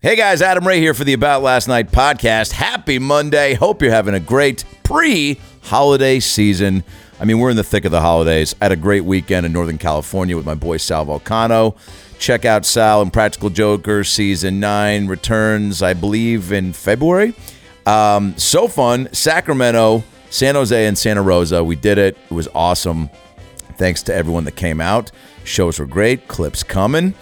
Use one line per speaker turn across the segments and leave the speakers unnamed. Hey guys, Adam Ray here for the About Last Night podcast. Happy Monday. Hope you're having a great pre holiday season. I mean, we're in the thick of the holidays. I had a great weekend in Northern California with my boy Sal Volcano. Check out Sal and Practical Joker season nine returns, I believe, in February. Um, so fun. Sacramento, San Jose, and Santa Rosa. We did it. It was awesome. Thanks to everyone that came out. Shows were great. Clips coming.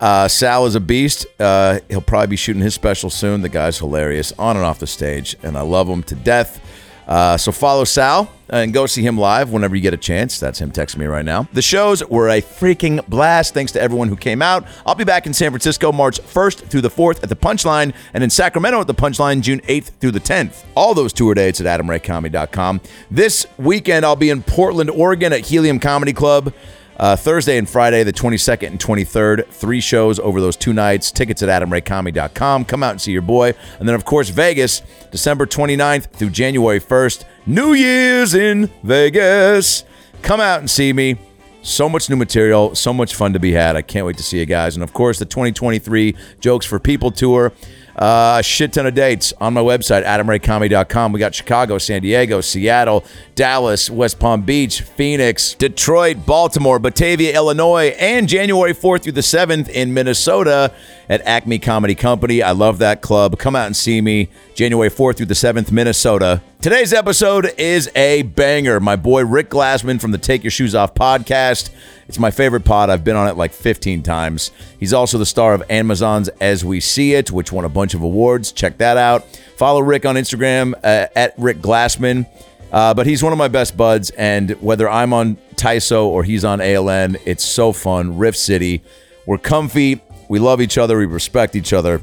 Uh, Sal is a beast. Uh, he'll probably be shooting his special soon. The guy's hilarious on and off the stage, and I love him to death. Uh, so follow Sal and go see him live whenever you get a chance. That's him texting me right now. The shows were a freaking blast. Thanks to everyone who came out. I'll be back in San Francisco March 1st through the 4th at the Punchline, and in Sacramento at the Punchline June 8th through the 10th. All those tour dates at AdamRayComedy.com. This weekend I'll be in Portland, Oregon at Helium Comedy Club. Uh, Thursday and Friday, the 22nd and 23rd. Three shows over those two nights. Tickets at adamraycomedy.com. Come out and see your boy. And then, of course, Vegas, December 29th through January 1st. New Year's in Vegas. Come out and see me. So much new material, so much fun to be had. I can't wait to see you guys. And of course, the 2023 Jokes for People tour. Uh, shit ton of dates on my website, adamraycomedy.com. We got Chicago, San Diego, Seattle, Dallas, West Palm Beach, Phoenix, Detroit, Baltimore, Batavia, Illinois, and January 4th through the 7th in Minnesota at Acme Comedy Company. I love that club. Come out and see me January 4th through the 7th, Minnesota. Today's episode is a banger. My boy Rick Glassman from the Take Your Shoes Off podcast. It's my favorite pod. I've been on it like 15 times. He's also the star of Amazon's As We See It, which won a bunch of awards. Check that out. Follow Rick on Instagram uh, at Rick Glassman. Uh, but he's one of my best buds, and whether I'm on Tyso or he's on ALN, it's so fun. Rift City. We're comfy. We love each other. We respect each other.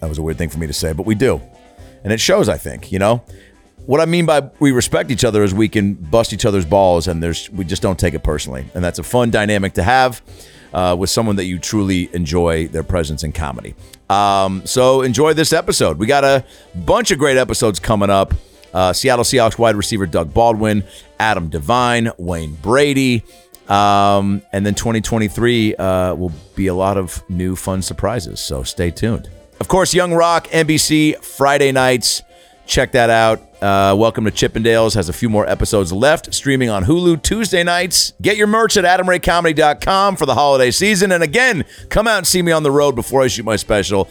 That was a weird thing for me to say, but we do. And it shows, I think, you know? What I mean by we respect each other is we can bust each other's balls and there's we just don't take it personally. And that's a fun dynamic to have uh, with someone that you truly enjoy their presence in comedy. Um, so enjoy this episode. We got a bunch of great episodes coming up. Uh, Seattle Seahawks wide receiver Doug Baldwin, Adam Devine, Wayne Brady. Um, and then 2023 uh, will be a lot of new fun surprises. So stay tuned. Of course, Young Rock, NBC, Friday nights. Check that out. Uh, Welcome to Chippendales has a few more episodes left, streaming on Hulu Tuesday nights. Get your merch at adamraycomedy.com for the holiday season. And again, come out and see me on the road before I shoot my special.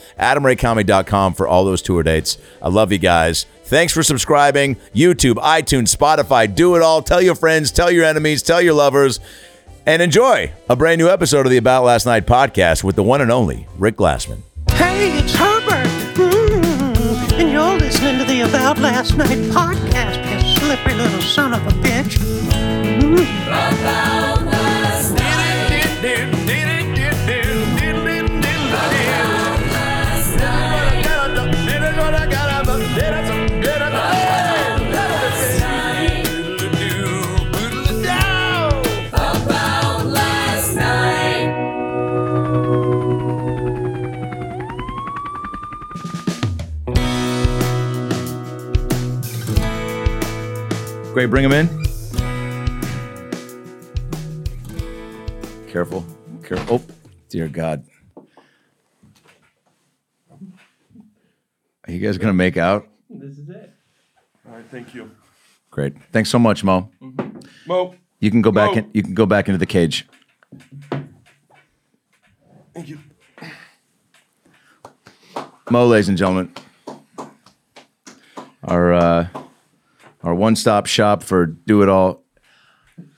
adamraycomedy.com for all those tour dates. I love you guys. Thanks for subscribing. YouTube, iTunes, Spotify, do it all. Tell your friends, tell your enemies, tell your lovers and enjoy a brand new episode of the About Last Night podcast with the one and only Rick Glassman.
Hey, it's Herbert. Mm, and you're listening to the About Last Night podcast, you slippery little son of a bitch.
Great, bring him in. Careful, careful. Oh, dear God. Are you guys gonna make out?
All right, thank you.
Great. Thanks so much, Mo.
Mo,
You can go back
Mo.
in. You can go back into the cage.
thank you.
Mo, ladies and gentlemen, our uh, our one stop shop for do it all.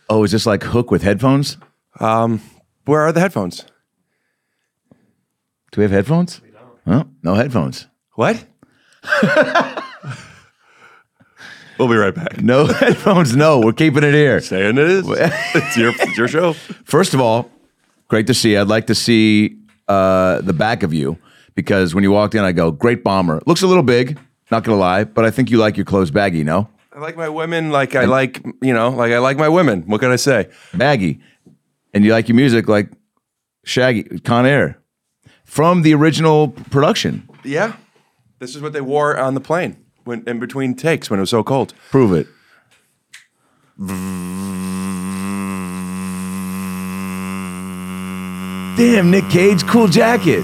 Oh, is this like Hook with headphones?
Where are the headphones?
Do we have headphones? We don't. Oh, no headphones.
What? we'll be right back.
No headphones. No, we're keeping it here.
Saying it is. it's your it's your show.
First of all, great to see. you. I'd like to see uh, the back of you because when you walked in, I go, great bomber. Looks a little big, not gonna lie, but I think you like your clothes baggy, no?
I like my women like I like you know, like I like my women. What can I say?
Baggy. And you like your music like Shaggy, Con Air from the original production.
Yeah. This is what they wore on the plane when in between takes when it was so cold.
Prove it. Damn, Nick Cage, cool jacket.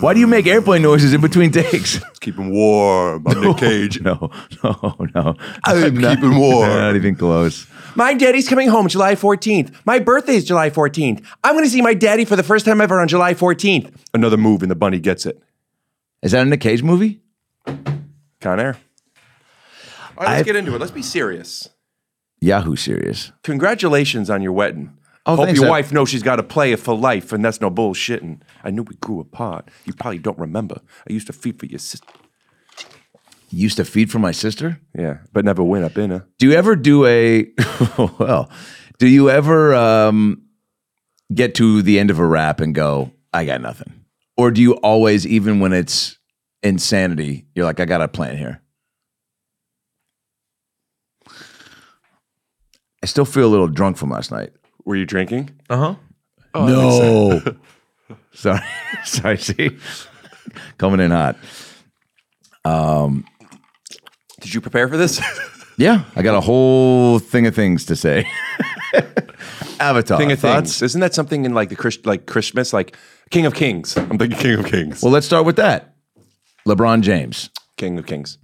Why do you make airplane noises in between takes?
Let's keep them warm. I'm Nick Cage.
No, no, no.
I'm
Not-
keeping warm.
Not even close.
My daddy's coming home July 14th. My birthday is July 14th. I'm going to see my daddy for the first time ever on July 14th. Another move and the bunny gets it.
Is that a Nick Cage movie?
Con Air. All right, let's
I've-
get into it. Let's be serious.
Yahoo series.
Congratulations on your wedding.
Oh,
Hope
thanks,
your
I-
wife knows she's got a player for life, and that's no bullshitting. I knew we grew apart. You probably don't remember. I used to feed for your sister.
Used to feed for my sister.
Yeah, but never went up in her.
Do you ever do a well? Do you ever um, get to the end of a rap and go, "I got nothing," or do you always, even when it's insanity, you're like, "I got a plan here." I still feel a little drunk from last night.
Were you drinking? Oh,
no. sorry, sorry. See, coming in hot.
Did you prepare for this?
Yeah, I got a whole thing of things to say. Avatar
Thing of
thoughts.
things. Isn't that something in like the Chris, like Christmas, like King of Kings? I'm thinking King of Kings.
Well, let's start with that. LeBron James.
King of Kings.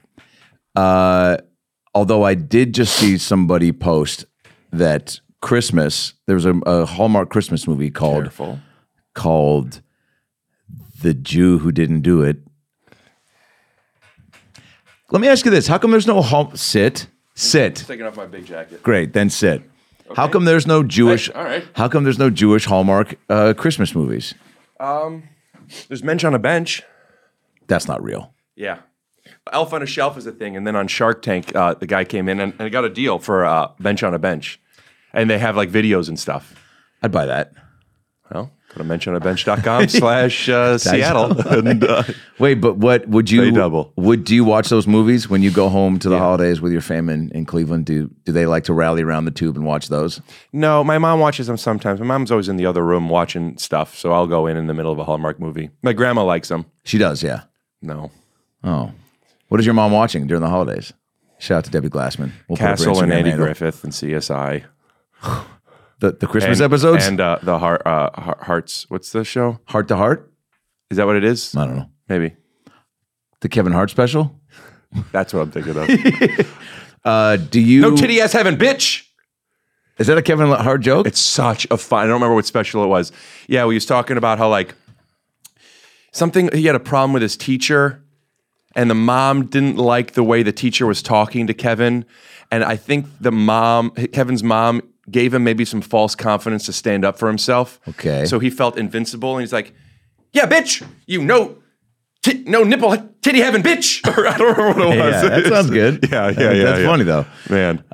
Although I did just see somebody post that Christmas, there was a, a Hallmark Christmas movie called
Careful.
called The Jew Who Didn't Do It. Let me ask you this: How come there's no Hall- sit sit?
Taking off my big jacket.
Great, then sit. How come there's no Jewish?
All right.
How come there's no Jewish Hallmark uh, Christmas movies?
There's bench on a bench.
That's not real.
Yeah. Elf on a shelf is a thing, and then on Shark Tank, uh, the guy came in and, and got a deal for uh, bench on a bench, and they have like videos and stuff.
I'd buy that.
Well, go to benchonabench.com slash uh, Seattle. and, uh,
Wait, but what would you
They double.
Would do you watch those movies when you go home to the
Yeah.
holidays with your family in, in Cleveland? Do do they like to rally around the tube and watch those?
no, my mom watches them sometimes. My mom's always in the other room watching stuff, so I'll go in in the middle of a Hallmark movie. My grandma likes them.
She does, yeah.
No.
Oh, what is your mom watching during the holidays? Shout out to Debbie Glassman. We'll put up her
Castle and
Instagram
Andy
handle.
Griffith and CSI.
The, the Christmas
and,
episodes,
And uh, the heart, uh, Heart- Hearts. What's the show?
heart to heart.
Is that what it is?
I don't know
Maybe.
the Kevin Hart special.
That's what I'm thinking of.
Uh, do you?
no titty ass heaven, bitch!
Is that a Kevin Hart joke?
It's such a fun. I don't remember what special it was. Yeah, we was talking about how like something he had a problem with his teacher, and the mom didn't like the way the teacher was talking to Kevin, and I think the mom, Kevin's mom, gave him maybe some false confidence to stand up for himself.
Okay.
So he felt invincible, and he's like, "Yeah, bitch, you know." ti- no nipple, titty heaven, bitch. Or I don't remember what it was.
yeah, that sounds good.
Yeah, yeah,
That-
yeah.
That's
yeah.
funny though.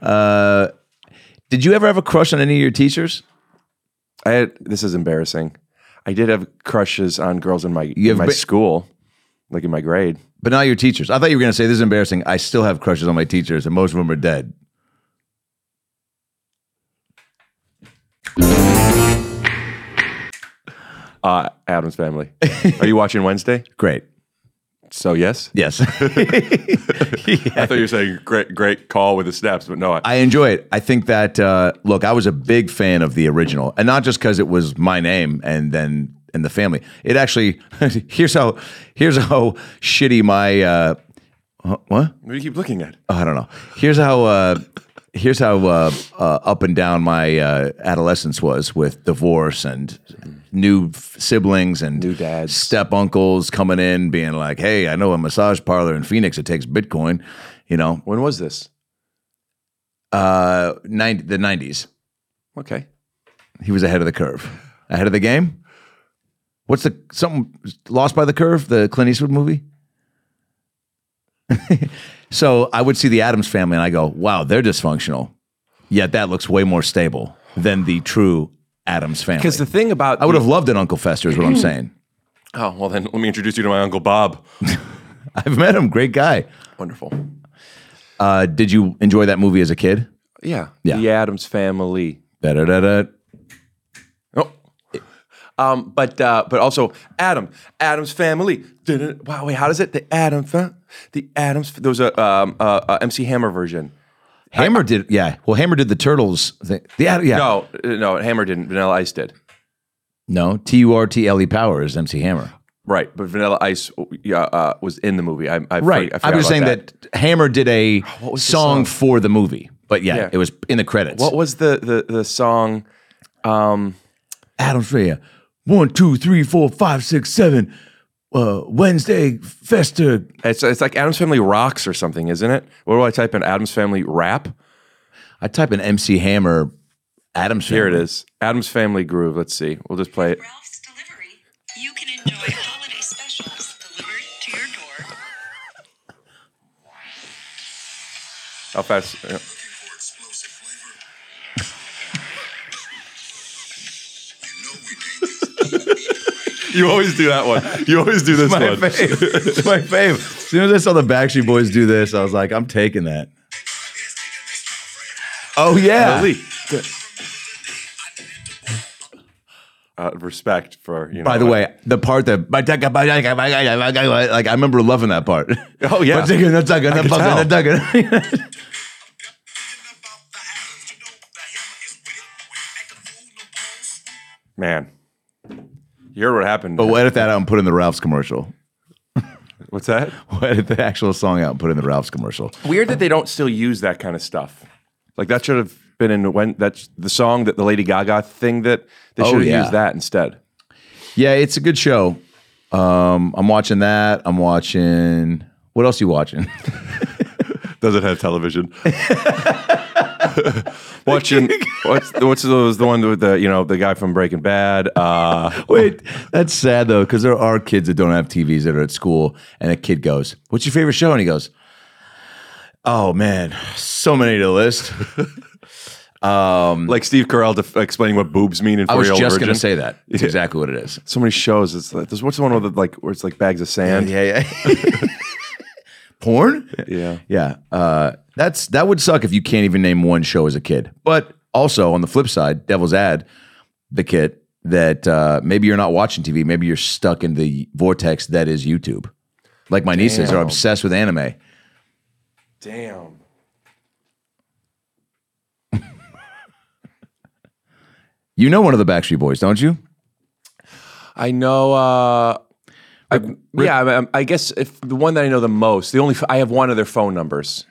Uh,
man.
Did you ever have a crush on any of your teachers?
I had, this is embarrassing. I did have crushes on girls in my
You have
in my
ba-
school, like in my grade.
But not your teachers. I thought you were going to say this is embarrassing. I still have crushes on my teachers, and most of them are dead.
Uh, Adam's family. Are you watching Wednesday?
Great.
So yes.
Yes,
I thought you were saying great, great call with the snaps, but no. I,
I enjoy it. I think that uh, look, I was a big fan of the original, and not just because it was my name and then and the family. It actually here's how here's how shitty my uh, huh, what
what do you keep looking at?
oh, I don't know. Here's how uh,
here's how uh, uh, up and down my uh, adolescence was with divorce and new f- siblings and
New dads.
step uncles coming in, being like, "Hey, I know a massage parlor in Phoenix that takes Bitcoin." You know,
When was this?
uh, 90, the nineties.
Okay.
He was ahead of the curve, ahead of the game. What's the something lost by the curve? The Clint Eastwood movie. so I would see the Adams family, and I go, "Wow, they're dysfunctional." Yet that looks way more stable than the true Adams family.
Because the thing about
I would have loved an Uncle Fester, is what I'm saying.
Oh well, then let me introduce you to my uncle Bob.
I've met him, great guy.
Wonderful.
Uh, did you enjoy that movie as a kid?
Yeah.
Yeah.
The Adams family.
Da-da-da-da.
Oh. Um, but uh, but also Adam, Adam's family. Didn't- Wow, wait, how does it? The Adam, fa- the Adams. There was a um, uh, uh, MC Hammer version.
Hammer did, yeah. Well, Hammer did the Turtles. Thing. The Ad- yeah,
No, uh, no, Hammer didn't. Vanilla Ice did.
no, T U R T L E Power is MC Hammer.
Right, but Vanilla Ice uh, yeah, uh, was in the movie. I, I forgot- I,
Right. I,
forgot
was
about Oh,
saying that. Hammer did a song,
was the song?
for the movie, but yeah,
Yeah.
it was in the credits.
What was the the the song? Um,
Adam's Radio. One, two, three, four, five, six, seven. Uh, Wednesday Fester.
it's it's like Adam's Family Rocks or something, isn't it? What do I type in? Adam's Family Rap.
I type in MC Hammer. Adam's
Here it
Family.
is. Adam's Family Groove. Let's see. We'll just play it.
Ralph's Delivery, you can enjoy holiday specials delivered to your door.
How fast? yeah.
Looking for explosive flavor? you know we need this.
You always do that one. You always do this
My
one.
fave. It's my fave. As soon as I saw the Backstreet Boys do this, I was like, I'm taking that. Oh yeah.
Elite. Uh, respect for you know.
By the way, the part that like I remember loving that part.
Oh, yeah.
I can
Thinking about the atoms, you know the hammer is with it. Like a fool, no bones.
man, you heard what happened.
But we'll edit that out and put in the Ralph's commercial.
What's that?
We'll edit the actual song out and put in the Ralph's commercial.
Weird that they don't still use that kind of stuff. Like that should have been in when that's the song that the Lady Gaga thing that they
Oh,
should have
yeah.
used that instead.
Yeah, it's a good show. Um, I'm watching that. I'm watching. What else you watching?
Doesn't have television. Watching what's what's those the one with the you know the guy from Breaking Bad.
Um,
Uh,
Wait, that's sad though, because there are kids that don't have TVs that are at school, and a kid goes, "What's your favorite show?" And he goes, "Oh man, so many to list."
like Steve Carell def- explaining what boobs mean in
I
Four
was
Year Old
just
Virgin.
gonna say that. It's exactly what it is.
So many shows. It's like, there's what's the one with the, like where it's like bags of sand.
yeah, yeah. Porn?
Yeah.
Yeah. Uh, that's that would suck if you can't even name one show as a kid. But also on the flip side, devil's ad, the kid that uh, maybe you're not watching TV, maybe you're stuck in the vortex that is YouTube. Like my nieces are obsessed with anime.
Damn.
You know one of the Backstreet Boys, don't you?
I know. Uh, I, yeah, I, I- I guess if the one that I know the most, the only f- I have one of their phone numbers.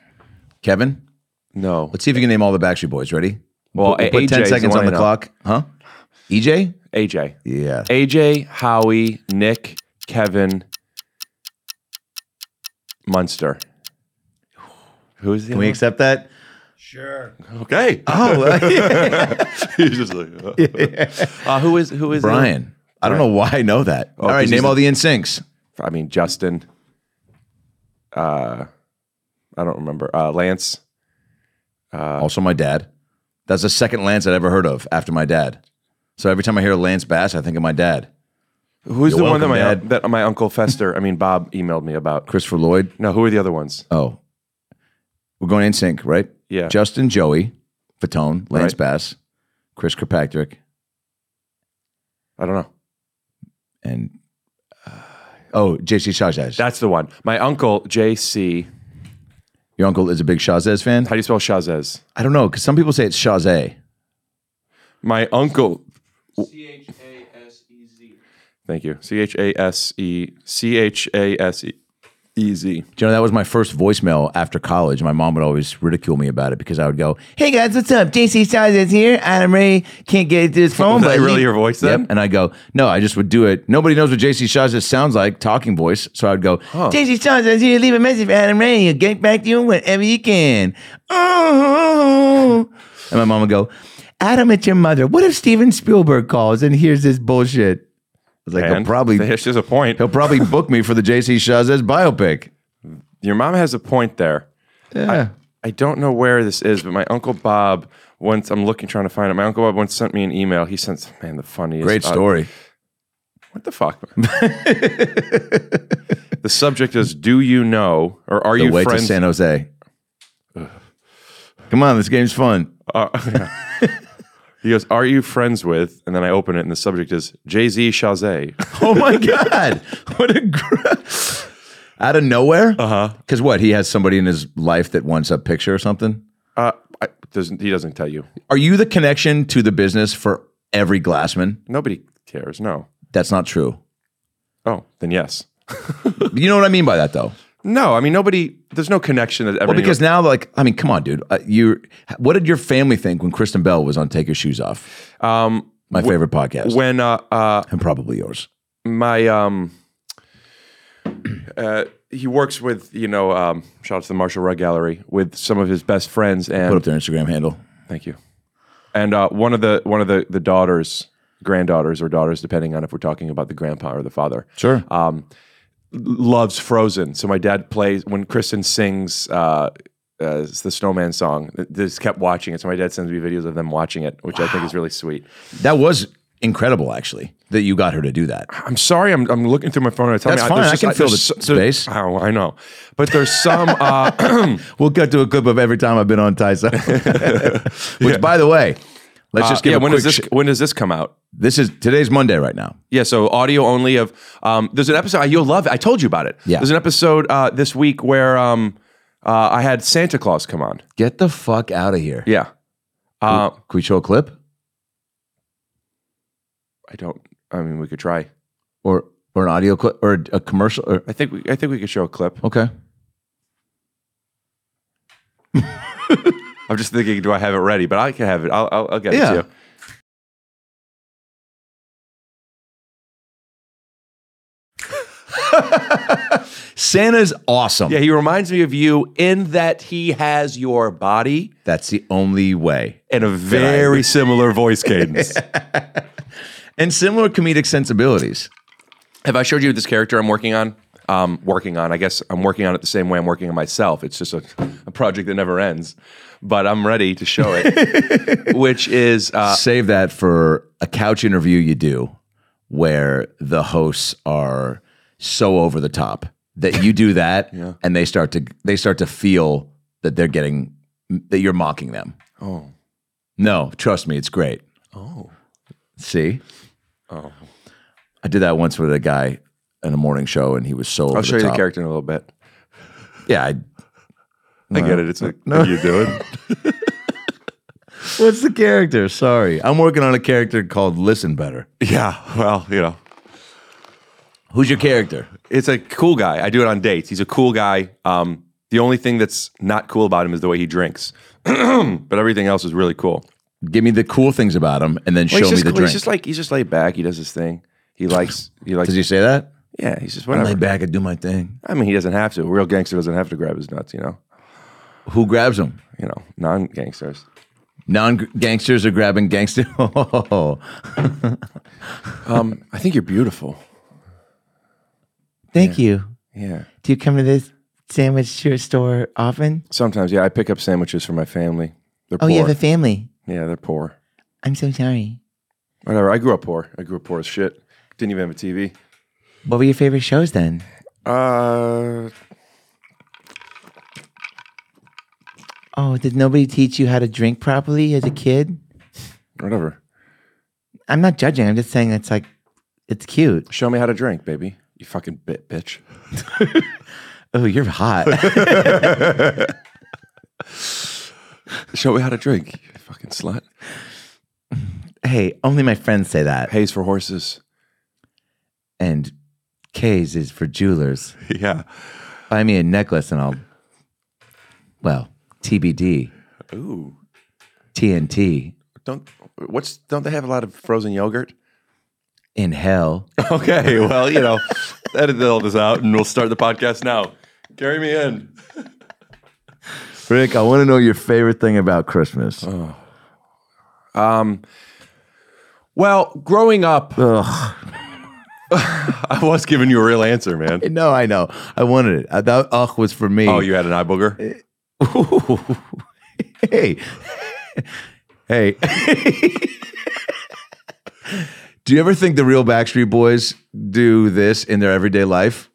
Kevin.
No,
Let's see if you can name all the Backstreet Boys. Ready?
Well,
put, put
AJ
ten
is the
seconds
one
on
I
the
know.
clock, huh? EJ.
AJ,
Yeah.
AJ, Howie, Nick, Kevin, Munster. Who is the?
Can we
other
accept that?
one? okay. He's just like, uh. Uh, who is who is the-
Brian. I don't know why I know that. all
Oh,
right,
'cause he's
name all
the-
the NSYNCs.
I mean Justin. Uh, I don't remember. Uh, Lance.
also my dad. That's the second Lance I'd ever heard of after my dad. So every time I hear Lance Bass, I think of my dad,
Who's
You're
the one that my
welcome,
that my uncle Fester, I mean Bob, emailed me about?
Christopher Lloyd.
No, who are the other ones?
Oh, we're going in sync, right?
Yeah.
Justin Joey, Fatone, Lance
Right.
Bass, Chris Kirkpatrick,
I don't know.
and uh, oh, JC Shazaz.
That's the one. My uncle J.C.
Your uncle is a big Shazaz fan.
How do you spell Shazez?
I don't know because some people say it's Shazay.
My uncle. C H A S E Z. Thank you. C H A S E C H A S E Easy.
Do you know, that was my first voicemail after college. My mom would always ridicule me about it because I would go, "Hey guys, what's up? JC Styles is here. Adam Ray can't get to his phone."
Was that
but
really
he-"
your voice then?
Yep. And I go, "No, I just would do it. Nobody knows what JC Styles sounds like, talking voice." So I would go, "JC Styles is here. Leave a message for Adam Ray. He'll get back to you whenever you can." Oh. and my mom would go, "Adam, it's your mother. What if Steven Spielberg calls and hears this bullshit?" I was like, "He'll
And
probably
There's just a point.
he'll probably book me for the JC Shaz's biopic."
Your mom has a point there.
Yeah.
I don't know where this is, but my uncle Bob once I'm looking trying to find it. My uncle Bob once sent me an email. He sent man the funniest
Great
uh,
story.
what the fuck? the subject is do you know or are
the
you
way
friends?
to San Jose. Come on, this game's fun.
he goes, are you friends with? And then I open it, and the subject is Jay Z Shazay.
Oh my god, what a gr- out of nowhere. Uh huh. Because what he has somebody in his life that wants a picture or something.
Uh, I, doesn't he doesn't tell you?
Are you the connection to the business for every Glassman?
Nobody cares. No.
That's not true.
Oh, then yes.
You know what I mean by that, though.
No, I mean nobody. There's no connection that ever.
Well, because now, like, I mean, come on, dude. Uh, you, what did your family think when Kristen Bell was on "Take Your Shoes Off"?
um,
My favorite podcast,
when uh, uh,
and probably yours.
my um uh he works with you know um shout out to the Marshall Rug Gallery with some of his best friends
Put
and
up their Instagram handle.
thank you and uh one of the one of the the daughters granddaughters or daughters depending on if we're talking about the grandpa or the father
Sure.
loves Frozen so my dad plays when Kristen sings uh uh, it's the snowman song. th- Just kept watching it. So my dad sends me videos of them watching it, which I think is really sweet.
that was incredible, actually, that you got her to do that.
I'm sorry, I'm, I'm looking through my phone. and I tell
That's
me,
fine,
there's
I can fill
there's
the
there's-
space.
Oh, I know, but there's some. Uh,
We'll cut to a clip of every time I've been on Tyson. Which, by the way, let's just give
Uh, yeah,
a
when does
quick.
this
sh-
when does this come out?
this is today's Monday right now.
Yeah, so audio only of um, there's an episode you'll love it. I told you about it.
Yeah.
There's an episode uh, this week where um, uh, I had Santa Claus come on.
Get the fuck out of here.
Yeah. Uh,
Can we show a clip
I don't I mean we could try.
or or an audio clip or a, a commercial? Or,
I think we I think we could show a clip.
okay.
I'm just thinking do I have it ready, but I can have it. I'll I'll, I'll get
Yeah.
it to you.
Santa's awesome.
Yeah, he reminds me of you in that he has your body
That's the only way.
and a very similar voice cadence.
And similar comedic sensibilities.
Have I showed you this character I'm working on? Um, working on. I guess I'm working on it the same way I'm working on myself. It's just a, a project that never ends. But I'm ready to show it, which is uh,
Save that for a couch interview you do where the hosts are so over the top that you do that and they start to they start to feel that they're getting that you're mocking them. Oh. No, trust me, it's great. Oh. See? Oh. I did that once with a guy in a morning show and he was so over
I'll show you the
top.
character in a little bit.
Yeah, I,
I get it. It's like what are you doing?
What's the character? Sorry. I'm working on a character called Listen Better.
yeah. Well, you know,
Who's your character?
it's a cool guy. I do it on dates. He's a cool guy. Um, the only thing that's not cool about him is the way he drinks, but everything else is really cool.
Give me the cool things about him and then
Well, he's
show me
just
the
cool.
drink.
He's just like he's just laid back. He does his thing. He likes. He likes.
Does he say that?
yeah. He's just
I
whatever.
lay back and do my thing.
I mean, he doesn't have to. A real gangster doesn't have to grab his nuts, you know.
Who grabs him?
You know, non gangsters.
Non gangsters are grabbing gangster. Oh,
Um, I think you're beautiful.
Thank you.
Yeah.
Do you come to this sandwich store often?
Sometimes, yeah, I pick up sandwiches for my family. They're
Oh,
poor.
you have a family.
yeah, they're poor.
I'm so sorry.
Whatever. I grew up poor. I grew up poor as shit. Didn't even have a TV.
What were your favorite shows then?
Uh,
Oh, did nobody teach you how to drink properly as a kid?
whatever.
I'm not judging. I'm just saying it's like, it's cute.
Show me how to drink, baby. You fucking bit, bitch.
Oh, you're hot.
Show me how to drink, you fucking slut.
hey, only my friends say that.
Pays for horses.
And K's is for jewelers.
yeah.
buy me a necklace and I'll, well, TBD,
Ooh.
TNT,
Don't what's don't they have a lot of frozen yogurt?
in hell.
Okay, well, you know, edit all this out and we'll start the podcast now. Carry me in.
Rick, I want to know your favorite thing about Christmas.
Well, growing up I was giving you a real answer, man.
No, I know. I wanted it. I, that ugh was for me.
Oh, you had an eye booger?
hey, hey. do you ever think the real Backstreet Boys do this in their everyday life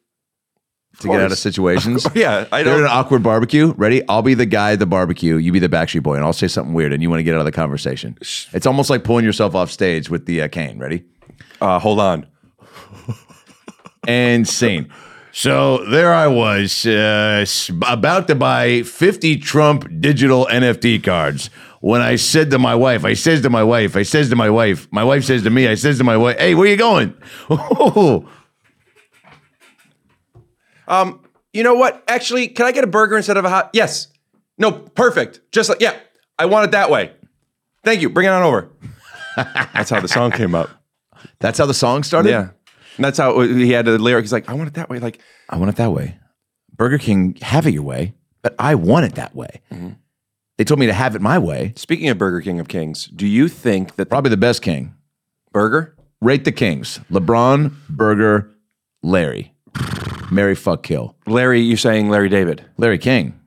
to get out of
course.
situations?
Yeah, I
They're at an
don't
awkward barbecue. Ready? I'll be the guy at the barbecue. You be the Backstreet Boy, and I'll say something weird, and you want to get out of the conversation. It's almost like pulling yourself off stage with the uh, cane. Ready?
uh, hold on.
and scene. So there I was, uh, s- about to buy 50 Trump digital NFT cards. When I said to my wife, I says to my wife, I says to my wife, my wife says to me, I says to my wife, hey, where you going?
Um, you know what? Actually, can I get a burger instead of a hot? Yes. No, perfect. Just like yeah, I want it that way. Thank you. Bring it on over. That's how the song came up.
That's how the song started?
Yeah. And that's how he had the lyric. He's like, I want it that way. Like,
I want it that way. Burger King, have it your way, but I want it that way. They told me to have it my way.
speaking of Burger King of Kings, do you think that
Probably the best king.
burger?
Rate the kings LeBron, Burger, Larry. Mary, fuck, kill.
Larry, you're saying Larry David.
Larry King.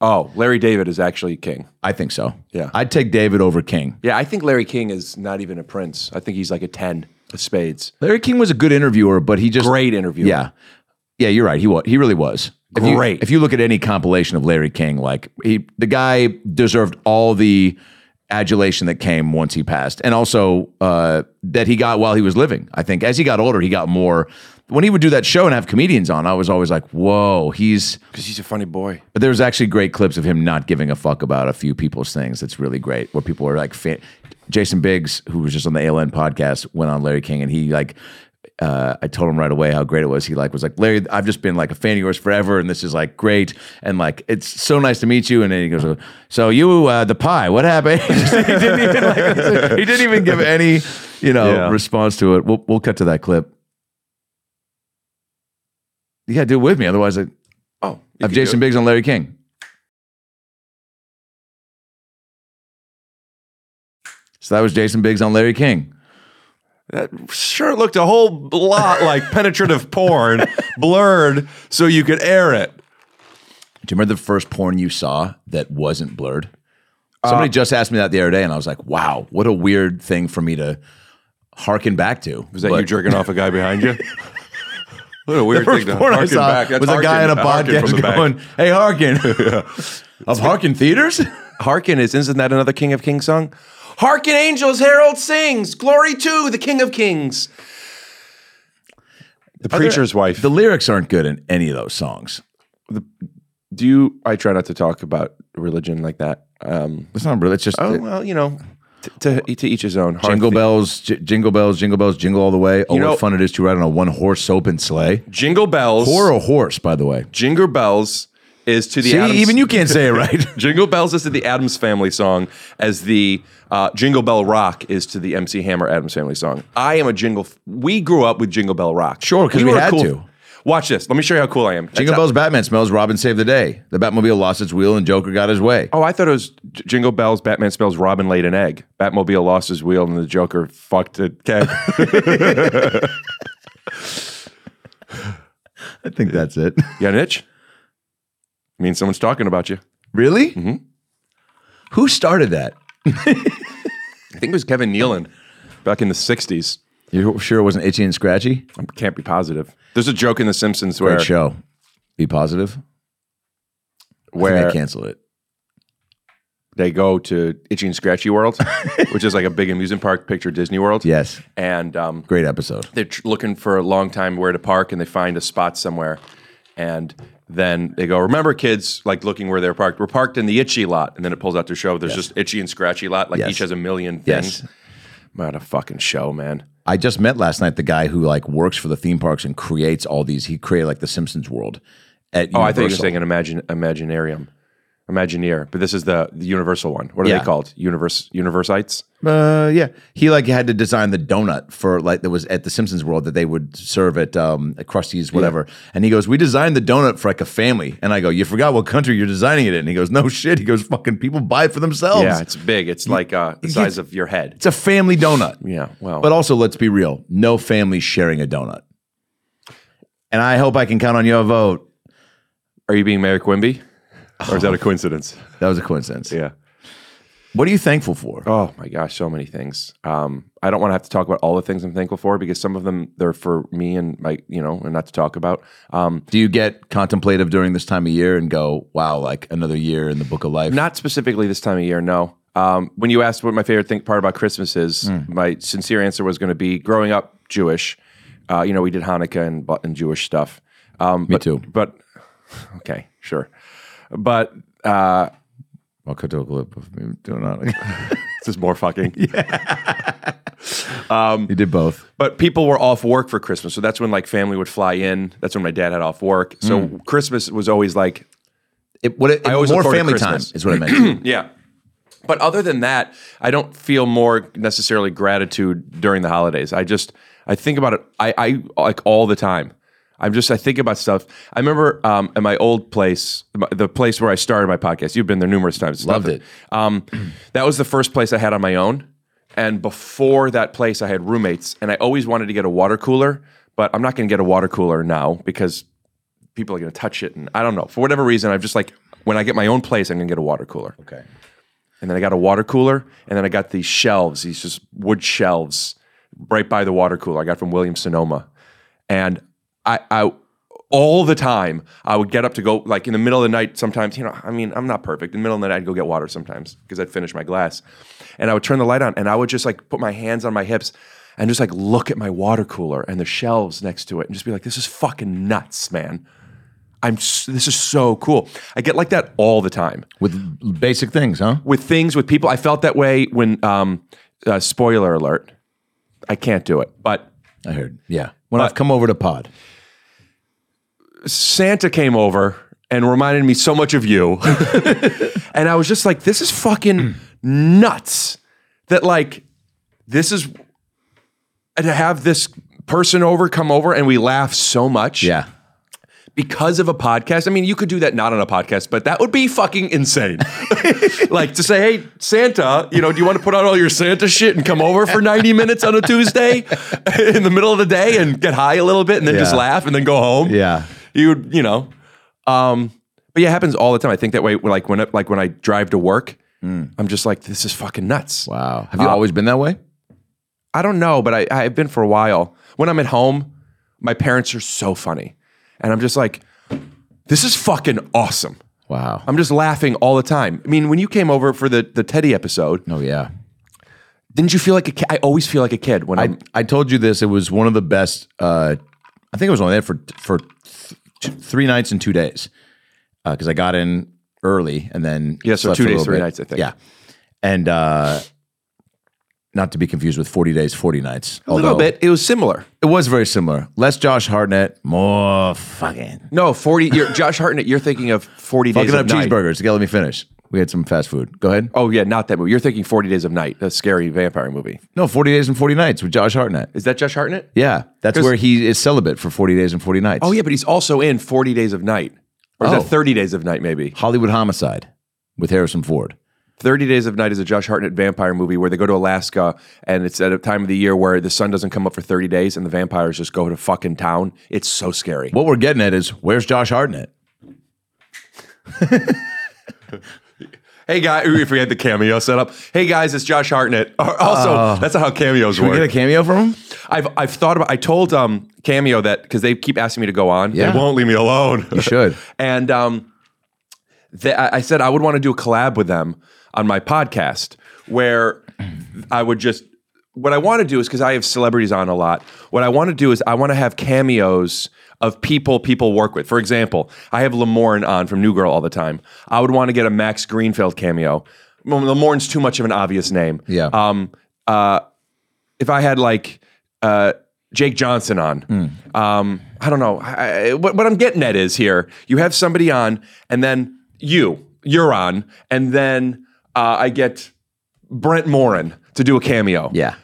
Oh, Larry David is actually king.
I think so.
Yeah.
I'd take David over King.
Yeah, I think Larry King is not even a prince. I think he's like a 10 of spades.
Larry King was a good interviewer, but he just
Great interview.
Yeah, yeah, you're right. He was. He really was. If you-
Great.
if you look at any compilation of Larry King, like he, the guy deserved all the adulation that came once he passed, and also uh, that he got while he was living. I think as he got older, he got more. When he would do that show and have comedians on, I was always like, "Whoa, he's."
Because he's a funny boy.
But there's actually great clips of him not giving a fuck about a few people's things. That's really great. Where people are like, fa- Jason Biggs, who was just on the ALN podcast, went on Larry King, and he like, uh, I told him right away how great it was. He like was like, Larry, I've just been like a fan of yours forever, and this is like great, and like it's so nice to meet you. And then he goes, so you uh, the pie, what happened? he didn't even like, he didn't even give any you know
Yeah.
response to it. We'll we'll cut to that clip. You gotta do it with me, otherwise. I,
Oh, you can
of
do
Jason
it.
Biggs on Larry King. So that was Jason Biggs on Larry King.
That sure looked a whole lot like penetrative porn, blurred so you could air it.
Do you remember the first porn you saw that wasn't blurred?
Uh,
Somebody just asked me that the other day, and I was like, wow, what a weird thing for me to harken back to.
Was that
But
you jerking off a guy behind you? what a
The
weird
first
thing to
porn I
harken
saw
back. That's
was a guy
harken-
on a
harken from
podcast
the back.
going, hey, Harkin. of Harkin Theaters?
Harkin is, isn't that another King of Kings song? Harkin angels, herald sings, glory to the King of Kings. The preacher's wife.
the lyrics aren't good in any of those songs.
do you? I try not to talk about religion like that. Um,
It's not really, it's just.
oh well, you know, t- to to each his own. Hark
Jingle
the-
bells, j- jingle bells, jingle bells, jingle all the way. Oh,
You know-
what fun it is to ride on a one horse open sleigh.
jingle bells,
Or a horse, by the way.
jingle bells is to the
See,
Adams-
even you can't say it right.
Jingle bells is to the Adams Family song as the uh, Jingle Bell Rock is to the MC Hammer Adams Family song. I am a jingle. we grew up with Jingle Bell Rock.
Sure, 'cause we
were
had
cool-
to.
Watch this. Let me show you how cool I am. That's
jingle
how-
bells, Batman smells. Robin saved the day. The Batmobile lost its wheel, and Joker got his way.
Oh, I thought it was J- Jingle Bells. Batman spells Robin laid an egg. Batmobile lost his wheel, and the Joker fucked a keg.
I think that's it.
you got an itch? Means someone's talking about you.
really?
Mm-hmm.
Who started that?
I think it was Kevin Nealon back in the '60s.
You sure it wasn't itchy and scratchy?
I can't be positive. There's a joke in The Simpsons where
Great show. Be positive. I
where
think they canceled it.
they go to Itchy and Scratchy World, which is like a big amusement park picture Disney World.
Yes,
And um,
great episode.
they're tr- looking for a long time where to park and they find a spot somewhere. And then they go, Remember, kids, like looking where they're parked. We're parked in the itchy lot. And then it pulls out to show there's just itchy and scratchy lot. Like
Yes.
each has a million
Yes.
things. What a fucking show, man.
I just met last night the guy who like works for the theme parks and creates all these. He created like the Simpsons world, at
oh, I thought you were
Universal.
saying an imagine Imaginarium, Imagineer, but this is the, the Universal one. What are
Yeah.
they called? Universe Universites.
Uh, yeah, he like had to design the donut for like that was at the Simpsons World that they would serve at um at Krusty's whatever. And he goes, "We designed the donut for like a family." And I go, "You forgot what country you're designing it in?" And he goes, "No shit." He goes, "Fucking people buy it for themselves."
Yeah, it's big. It's like uh, the
you
size
get-
of your head.
It's a family donut.
Yeah. Well,
But also, let's be real: no family sharing a donut. And I hope I can count on your vote.
are you being Mary Quimby, or is that a coincidence?
That was a coincidence.
Yeah.
What are you thankful for?
Oh my gosh, so many things. Um, I don't want to have to talk about all the things I'm thankful for because some of them they're for me and my, you know, and not to talk about. Um,
Do you get contemplative during this time of year and go, "Wow, like another year in the book of life"?
not specifically this time of year, no. Um, when you asked what my favorite thing part about Christmas is, my sincere answer was going to be growing up Jewish. Uh, you know, we did Hanukkah and, bu- and Jewish stuff. Um, me but,
too.
But okay, sure. But uh,
I'll cut to a clip of me doing that.
this is more fucking.
you did both.
But people were off work for Christmas. So that's when like family would fly in. That's when my dad had off work. So Christmas was always like,
It, what Mm. it,
I always
more
look forward to
family time
Christmas.
is what I meant.
yeah. But other than that, I don't feel more necessarily gratitude during the holidays. I just, I think about it, I, I like all the time. I'm just, I think about stuff. I remember um, at my old place, my- the place where I started my podcast, you've been there numerous times. It's
Loved
nothing. Um, that was the first place I had on my own. And before that place, I had roommates, and I always wanted to get a water cooler, but I'm not going to get a water cooler now because people are going to touch it. And I don't know. For whatever reason, I'm just like, when I get my own place, I'm going to get a water cooler.
okay.
And then I got a water cooler, and then I got these shelves, these just wood shelves right by the water cooler I got from Williams Sonoma. And I, I, all the time, I would get up to go, like in the middle of the night, sometimes, you know, I mean, I'm not perfect. In the middle of the night, I'd go get water sometimes because I'd finish my glass. And I would turn the light on, and I would just like put my hands on my hips and just like look at my water cooler and the shelves next to it and just be like, this is fucking nuts, man. I'm, s- this is so cool. I get like that all the time
With basic things, huh?
with things with people. I felt that way when um, uh, spoiler alert. I can't do it, but
I heard. Yeah. When
But-
I've come over to pod.
Santa came over and reminded me so much of you, and I was just like, "This is fucking nuts." That like, this is and to have this person over come over and we laugh so much.
Yeah.
because of a podcast. I mean, you could do that not on a podcast, but that would be fucking insane. like to say, hey, Santa, you know, do you want to put on all your Santa shit and come over for 90 minutes on a Tuesday in the middle of the day and get high a little bit and then just
Yeah.
laugh and then go home?
Yeah.
You would, you know. Um, but yeah, it happens all the time. I think that way, like when, like when I drive to work, I'm just like, this is fucking nuts.
Hmm. Wow. Have you always been that way?
I don't know, but I, I've been for a while. When I'm at home, my parents are so funny. And I'm just like, this is fucking awesome.
Wow.
I'm just laughing all the time. I mean, when you came over for the, the Teddy episode,
oh yeah.
didn't you feel like a kid? I always feel like a kid when
I
I'm.
I told you this. It was one of the best. Uh, I think I was only there for for th- two, three nights and two days because I got in early and then
Yeah, so
slept
two
a
days,
little
three nights, I think.
Yeah, and uh, not to be confused with forty days, forty nights.
A little
although
bit. It was similar.
It was very similar. Less Josh Hartnett, more fucking
No, 40. You're, Josh Hartnett, you're thinking of 40 Days
fucking
of
up
Night.
cheeseburgers. Okay, let me finish. We had some fast food. Go ahead.
Oh, yeah, not that movie. You're thinking 40 Days of Night, a scary vampire movie.
No, forty days and forty nights with Josh Hartnett.
Is that Josh Hartnett?
Yeah, that's
'Cause-
where he is celibate for forty days and forty nights.
Oh, yeah, but he's also in 40 Days of Night. Or is
Oh.
that 30 Days of Night, maybe?
Hollywood Homicide with Harrison Ford.
30 Days of Night is a Josh Hartnett vampire movie where they go to Alaska and it's at a time of the year where the sun doesn't come up for 30 days and the vampires just go to fucking town. It's so scary.
What we're getting at is where's Josh Hartnett?
Hey guys, if we had the cameo set up. Hey guys, it's Josh Hartnett. Or Also, that's not how cameos
Can Uh, we
work.
get a cameo from him?
I've I've thought about. I told um cameo that because they keep asking me to go on.
Yeah.
They won't leave me alone.
You should.
and um, they, I I said I would want to do a collab with them on my podcast where I would just. What I want to do is because I have celebrities on a lot. What I want to do is I want to have cameos of people people work with. For example, I have Lamorne on from New Girl all the time. I would want to get a Max Greenfield cameo. Well, Lamorne's Uh, too much of an obvious name.
Yeah.
Um. Uh. If I had like uh Jake Johnson on. Um, I don't know. I, I- what, what I'm getting at is here, you have somebody on, and then you, you're on, and then uh, I get Brent Morin to do a cameo.
Yeah.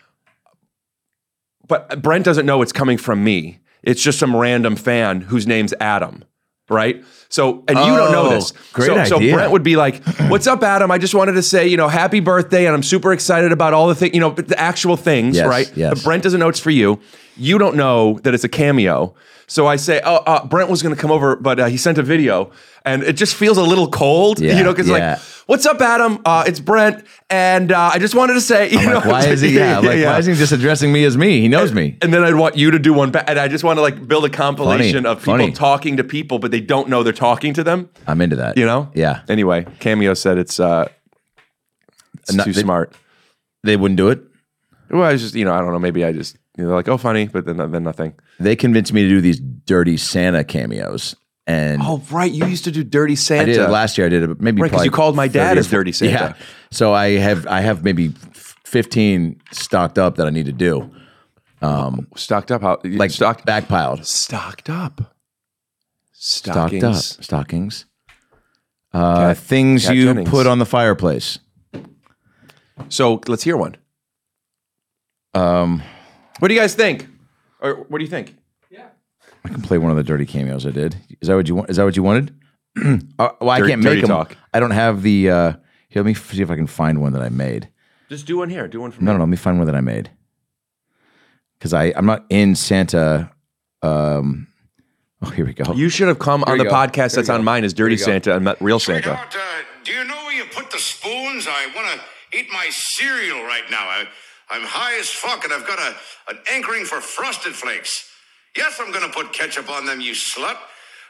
But Brent doesn't know it's coming from me. It's just some random fan whose name's Adam, right? So, and you don't know
Oh,
this.
great
so, so
idea.
Brent would be like, "What's up, Adam? I just wanted to say, you know, happy birthday, and I'm super excited about all the thing, you know, but the actual things,
Yes,
right?
yes.
But Brent doesn't know it's for you. You don't know that it's a cameo. So I say, "Oh, uh, Brent was going to come over, but uh, he sent a video, and it just feels a little cold,
Yeah,
you know, because
yeah.
like." What's up, Adam? Uh, it's Brent, and uh, I just wanted to say, you
I'm
know,
like, why is he? Yeah, I'm like, why is he just addressing me as me? He knows me.
and then I'd want you to do one back. And I just want to like build a compilation
Funny,
of people
funny.
talking to people, but they don't know they're talking to them.
I'm into that.
You know?
Yeah.
Anyway, Cameo said it's uh it's
No,
too
they-
smart.
They wouldn't do it.
Well, I was just you know I don't know maybe I just you know like oh funny, but then then nothing.
They convinced me to do these dirty Santa cameos, and
Oh right, you used to do Dirty Santa.
I did it last year. I did it, but maybe
Right, 'cause
probably
you called my dad
30 or
as Dirty
40
Santa.
Yeah. So I have I have maybe f- 15 stocked up that I need to do,
stocked up how
like
like stocked
back piled.
stocked up
stocked up
stockings.
stockings. Uh,
Cat-
things
Cat
you
Jennings.
put on the fireplace.
So let's hear one.
Um,
What do you guys think? Or what do you think?
I can play one of the dirty cameos I did. Is that what you want? Is that what you wanted? Uh, well, I
Dirty-
can't make
dirty
them.
talk.
I don't have the. Uh, here, let me f- see if I can find one that I made.
Just do one here. Do one from
No, no, no. Let me find one that I made. Because I I'm not in Santa. Um, oh, here we go.
You should have come on
you
the
go.
podcast that's on mine is Dirty Santa and not Real Santa.
Sweetheart, uh, do you know where you put the spoons? I want to eat my cereal right now. I, I'm high as fuck, and I've got a, an anchoring for frosted flakes. Yes, I'm going to put ketchup on them, you slut.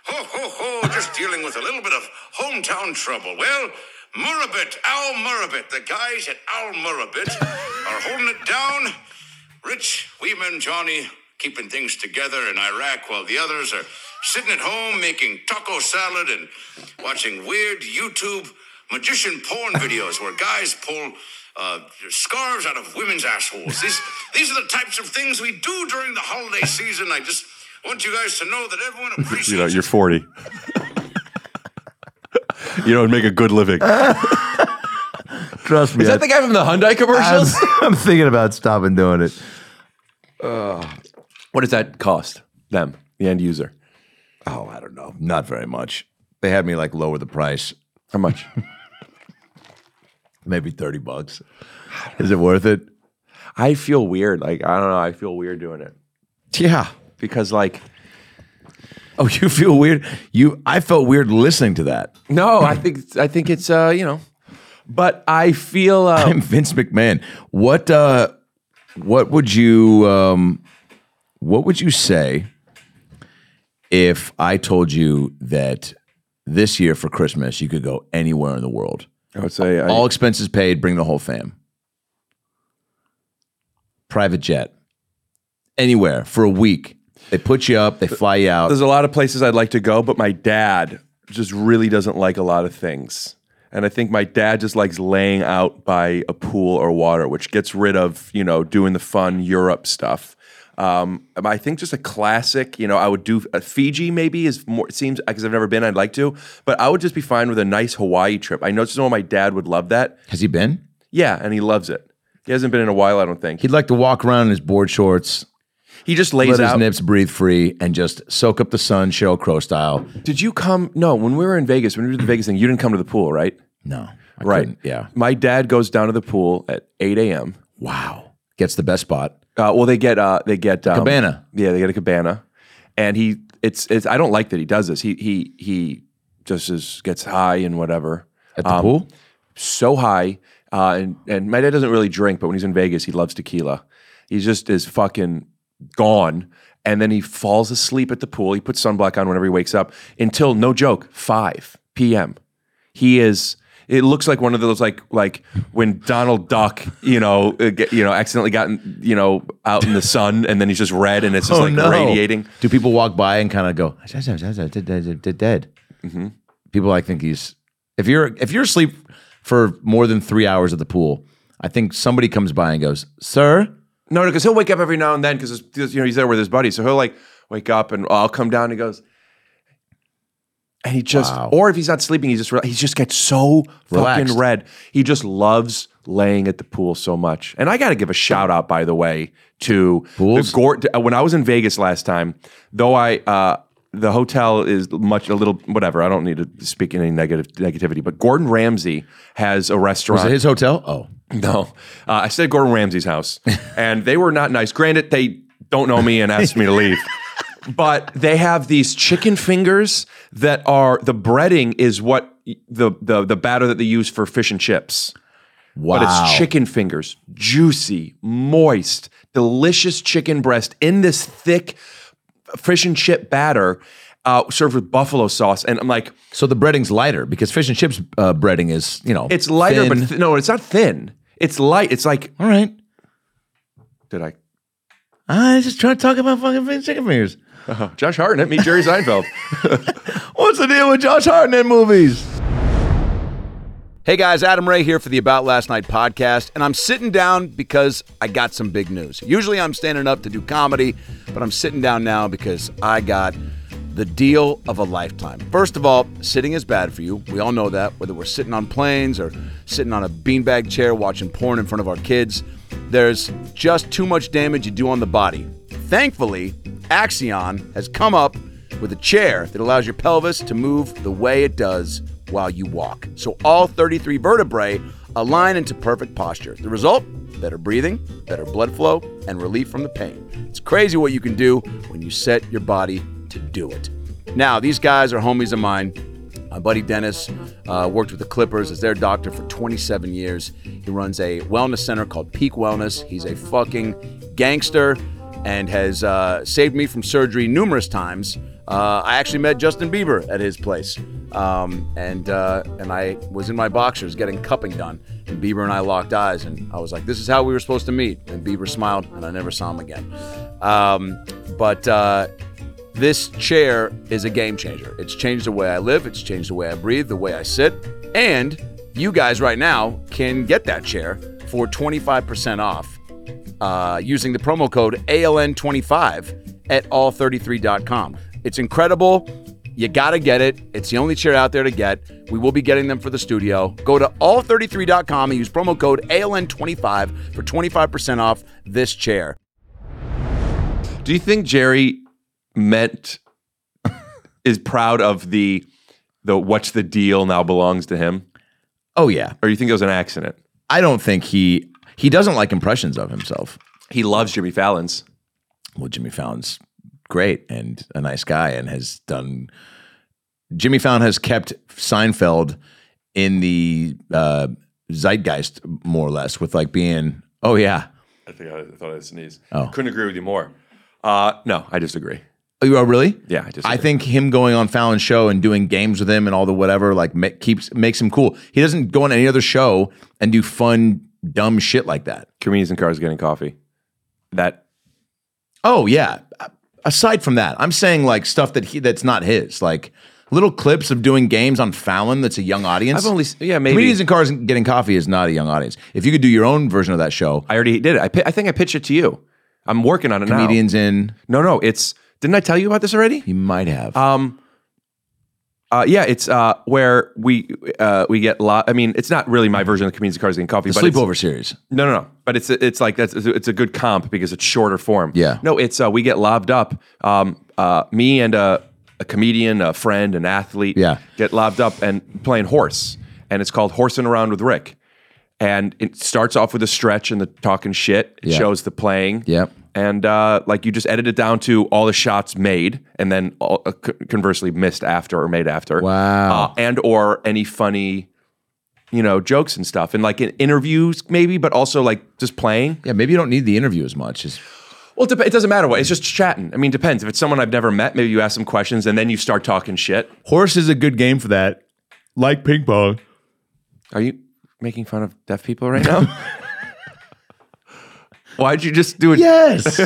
Ho, ho, ho, just dealing with a little bit of hometown trouble. Well, Murabit, Al Murabit, the guys at Al Murabit are holding it down. Rich, Weeman, Johnny, keeping things together in Iraq while the others are sitting at home making taco salad and watching weird YouTube magician porn videos where guys pull uh, scarves out of women's assholes. These, these are the types of things we do during the holiday season. I just want you guys to know that everyone appreciates it.
40. you know, make a good living. Is
trust me.
that the guy from the Hyundai commercials?
I'm thinking about stopping doing it.
what does that cost them, the end user?
Oh, I don't know. Not very much. They had me like lower the price,
How much?
maybe thirty bucks. Is it worth it?
I feel weird. Like, I don't know. I feel weird doing it
Yeah.
because, like,
Oh, you feel weird. You, I felt weird listening to that.
no, I think I think it's uh, you know, but I feel uh,
I'm Vince McMahon. What, uh, what would you, um, what would you say if I told you that this year for Christmas you could go anywhere in the world,
I would say I,
all expenses paid, bring the whole fam, private jet, anywhere for a week. They put you up, they fly you out.
there's a lot of places I'd like to go, but my dad just really doesn't like a lot of things. And I think my dad just likes laying out by a pool or water, which gets rid of, you know, doing the fun Europe stuff. Um, but I think just a classic, you know, I would do uh, Fiji maybe is more, it seems, because I've never been, I'd like to, but I would just be fine with a nice Hawaii trip. I know just know my dad would love that.
Has he been?
Yeah, and he loves it. He hasn't been in a while, I don't think. He,
He'd like to walk around in his board shorts,
just lays
let his
out.
nips breathe free, and just soak up the sun, Cheryl Crow style.
Did you come? No, when we were in Vegas, when we did the Vegas thing, you didn't come to the pool, right?
No, I
Right.
couldn't. Yeah.
My dad goes down to the pool at 8 a.m.
Wow. Gets the best spot.
Uh, well, they get uh, they get um,
Cabana.
Yeah, they get a cabana, and he it's it's. I don't like that he does this. He he he just is gets high and whatever. Um,
At the pool?
so high. Uh, and, and my dad doesn't really drink, but when he's in Vegas, he loves tequila. He just is fucking gone. And then he falls asleep at the pool. He puts sunblock on whenever he wakes up until, no joke, 5 p.m. He is. It looks like one of those, like like when Donald Duck, you know, uh, get, you know, accidentally gotten, you know, out in the sun, and then he's just red, and it's just like radiating.
Oh, Do people walk by and kind of go, dead, dead?
Mm-hmm.
People, I think he's, if you're, if you're asleep for more than three hours at the pool, I think somebody comes by and goes, sir,
No, because he'll wake up every now and then because you know he's there with his buddy. So he'll like wake up and I'll come down. and He goes, and he just, or if he's not sleeping, he just rela- he just gets so
Relaxed.
fucking red. He just loves laying at the pool so much. And I got to give a shout out, by the way, to the Gort. uh, When I was in Vegas last time, though, I. Uh, the hotel is much a little whatever. I don't need to speak any negative negativity, but Gordon Ramsay has a restaurant.
Was it his hotel? Oh.
No, uh, I stayed at Gordon Ramsay's house, and they were not nice. Granted, they don't know me and asked me to leave, but they have these chicken fingers that are the breading is what y- the the the batter that they use for fish and chips. But
Wow.
it's chicken fingers, juicy, moist, delicious chicken breast in this thick fish and chip batter, uh, served with buffalo sauce. And I'm like,
So the breading's lighter because fish and chips uh, breading is, you know,
it's lighter,
thin.
but th- no, it's not thin. It's light. It's like,
all right.
Did I
I was just trying to talk about fucking fish- chicken fingers.
Uh-huh. Josh Hartnett meet Jerry Seinfeld.
What's the deal with Josh Hartnett movies?
Hey guys, Adam Ray here for the About Last Night podcast, and I'm sitting down because I got some big news. Usually I'm standing up to do comedy, but I'm sitting down now because I got the deal of a lifetime. First of all, sitting is bad for you. We all know that, whether we're sitting on planes or sitting on a beanbag chair watching porn in front of our kids, there's just too much damage you do on the body. Thankfully, Axion has come up with a chair that allows your pelvis to move the way it does while you walk. So all 33 vertebrae align into perfect posture. The result? Better breathing, better blood flow, and relief from the pain. It's crazy what you can do when you set your body to do it. Now, these guys are homies of mine. My buddy Dennis uh, worked with the Clippers as their doctor for 27 years. He runs a wellness center called Peak Wellness. He's a fucking gangster and has uh, saved me from surgery numerous times. Uh, I actually met Justin Bieber at his place, um, and uh, and I was in my boxers getting cupping done, and Bieber and I locked eyes, and I was like, "This is how we were supposed to meet." And Bieber smiled, and I never saw him again. Um, but uh, this chair is a game changer. It's changed the way I live, it's changed the way I breathe, the way I sit. And you guys right now can get that chair for 25% off uh, using the promo code ALN25 at all33.com. It's incredible. You got to get it. It's the only chair out there to get. We will be getting them for the studio. Go to all33.com and use promo code ALN25 for 25% off this chair.
Do you think Jerry meant is proud of the the what's the deal now belongs to him?
Oh yeah.
Or you think it was an accident?
I don't think he he doesn't like impressions of himself.
He loves Jimmy Fallon's.
Well, Jimmy Fallon's great and a nice guy and has done. Jimmy Fallon has kept Seinfeld in the uh, zeitgeist more or less with like being oh yeah
I think I, I thought I sneezed.
Oh.
Couldn't agree with you more. Uh, no, I disagree.
Oh, you are really?
Yeah, I just.
I think him going on Fallon's show and doing games with him and all the whatever like ma- keeps makes him cool. He doesn't go on any other show and do fun dumb shit like that.
Comedians in cars getting coffee. That
Oh yeah. Aside from that, I'm saying like stuff that he that's not his. Like little clips of doing games on Fallon that's a young audience.
I've only s- yeah, maybe.
Comedians in cars and getting coffee is not a young audience. If you could do your own version of that show,
I already did it. I, pi- I think I pitched it to you. I'm working on it now.
comedians in
No, no, it's. Didn't I tell you about this already?
you might have.
Um, uh, yeah, it's uh, where we uh, we get lot. I mean, it's not really my version of comedians, cars, and coffee.
the
but it's-
sleepover series.
No, no, no. But it's it's like that's it's a good comp because it's shorter form.
Yeah.
No, it's uh, we get lobbed up. Um, uh, me and a, a comedian, a friend, an athlete.
Yeah.
Get lobbed up and playing horse, and it's called horsing around with Rick. And it starts off with a stretch and the talking shit. It
Yeah.
shows the playing.
Yep.
And uh, like you just edit it down to all the shots made, and then all, uh, c- conversely missed after or made after.
Wow.
Uh, and or any funny you know, jokes and stuff, and like in interviews maybe, but also like just playing.
Yeah, maybe you don't need the interview as much. It's-
Well, it, dep- it doesn't matter what. It's just chatting. I mean, depends. If it's someone I've never met, maybe you ask some questions and then you start talking shit.
horse is a good game for that. Like ping pong.
Are you making fun of deaf people right now? Why'd you just do it?
Yes.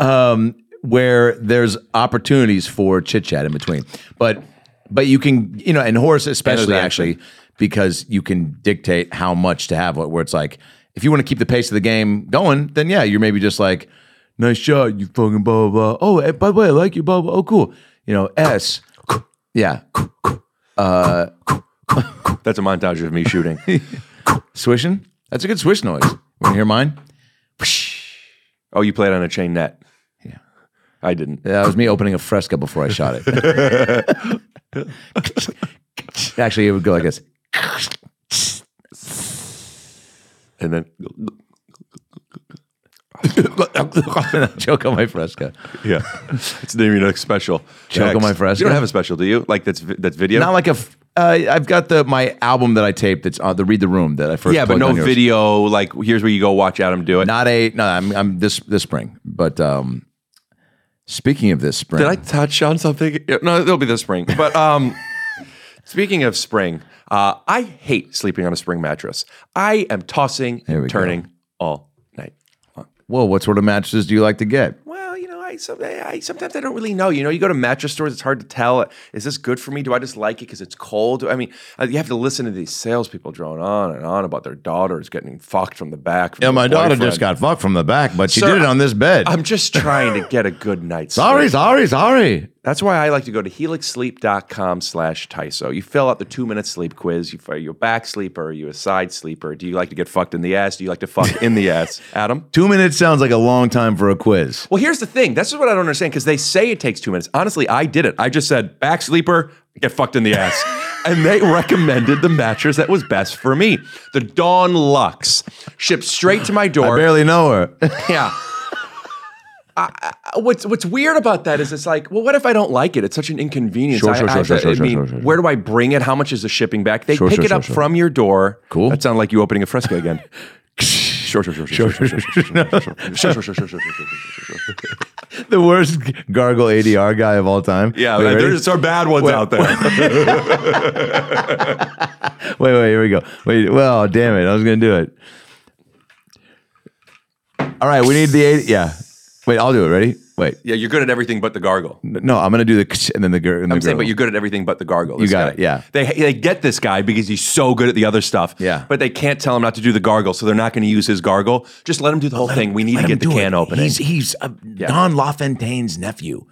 um, where there's opportunities for chit chat in between, but but you can you know, and horse especially
action.
actually because you can dictate how much to have. Where it's like if you want to keep the pace of the game going, then yeah, you're maybe just like, nice shot, you fucking blah blah. blah. Oh, eh, by the way, I like you, blah blah. Oh, cool. You know, S. Yeah. Uh,
That's a montage of me shooting.
swishing. That's a good swish noise. Want to hear mine?
Oh, you played on a chain net. Yeah. I didn't.
That Uh, was me opening a fresca before I shot it. Actually, it would go like this.
And then
Choke on my fresca.
Yeah, it's the name of your next special.
Choco
Next.
my fresco?
You don't have a special, do you? Like that's that's video.
Not like a. F- uh, I've got the my album that I taped. That's on the Read the Room that I first.
yeah, but
plugged
no
on yours.
video. Like here's where you go watch Adam do it.
Not a. No, I'm, I'm this this spring. But um, speaking of this spring,
Did I touch on something? Yeah, No, it'll be this spring. But um, speaking of spring, uh, I hate sleeping on a spring mattress. I am tossing
There we
and
go.
turning all night.
Whoa, what sort of matches do you like to get?
Well, you know, I, some- I sometimes I don't really know. You know, you go to mattress stores, it's hard to tell. Is this good for me? Do I just like it because it's cold? I mean, uh, you have to listen to these salespeople drone on and on about their daughters getting fucked from the back. from
Yeah,
their
my daughter
boyfriend.
just got fucked from the back, but she
Sir,
did it on this bed.
I'm just trying to get a good night's
sorry,
sleep.
sorry, sorry.
That's why I like to go to helixsleep.com slash Tyso. You fill out the two minute sleep quiz. You, are you a back sleeper? Are you a side sleeper? Do you like to get fucked in the ass? Do you like to fuck in the ass? Adam?
Two minutes sounds like a long time for a quiz.
Well, here's the thing. This is what I don't understand because they say it takes two minutes. Honestly, I did it. I just said back sleeper, get fucked in the ass. and they recommended the mattress that was best for me. The Dawn Lux shipped straight to my
I
door.
barely know her.
yeah. I- I- what's what's weird about that is it's like, well, what if I don't like it? It's such an inconvenience.
Sure,
I-
sure,
I
sure,
have
sure,
to-
sure,
I
sure,
mean,
sure, sure.
Where do I bring it? How much is the shipping back? They
Sure,
pick
sure,
it
sure,
up
sure.
from your door.
Cool.
That sounded like you opening a fresco again. Sure, sure, sure, sure, sure, sure, sure, sure, sure, sure, sure, sure, sure, sure, sure, sure, sure.
the worst gargle ADR guy of all time.
Yeah,
Wait, ready?
there just are bad ones
Wait,
out there.
Wait, wait, here we go. Wait, well, damn it. I was going to do it. All right, we need the eight. Yeah. Wait, I'll do it. Ready? Wait.
yeah, you're good at everything but the gargle.
No, I'm going to do the ksh and then the girl.
I'm saying, but you're good at everything but the gargle.
You
this
got
guy.
it, yeah.
they they get this guy because he's so good at the other stuff.
Yeah.
but they can't tell him not to do the gargle, so they're not going to use his gargle. Just let him do the whole thing. We need to get the can opening.
He's, he's uh, Don LaFontaine's nephew.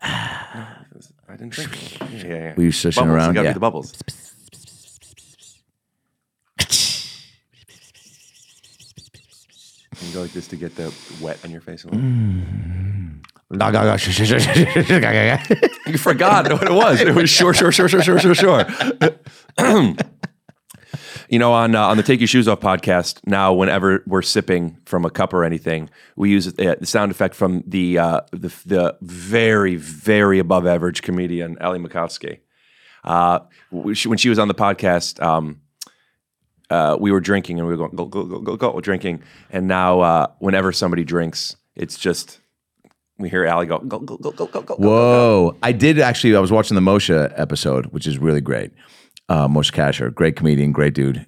I didn't think. Yeah, yeah, yeah.
Were you swishing
bubbles,
around?
Got to
Yeah.
be the bubbles. Can you go like this to get the wet on your face? A little? You forgot what it was. It was sure, sure, sure, sure, sure, sure, sure. you know, on uh, on the Take Your Shoes Off podcast, now whenever we're sipping from a cup or anything, we use uh, the sound effect from the uh, the, the very very above average comedian Ali Makovsky. Uh, when she- when she was on the podcast, um, uh, we were drinking and we were going go go go go go drinking, and now uh, whenever somebody drinks, it's just we hear Ali go go go go go go go. go.
Whoa. I did actually, I was watching the Moshe episode, which is really great. Uh, Moshe Kasher, great comedian, great dude.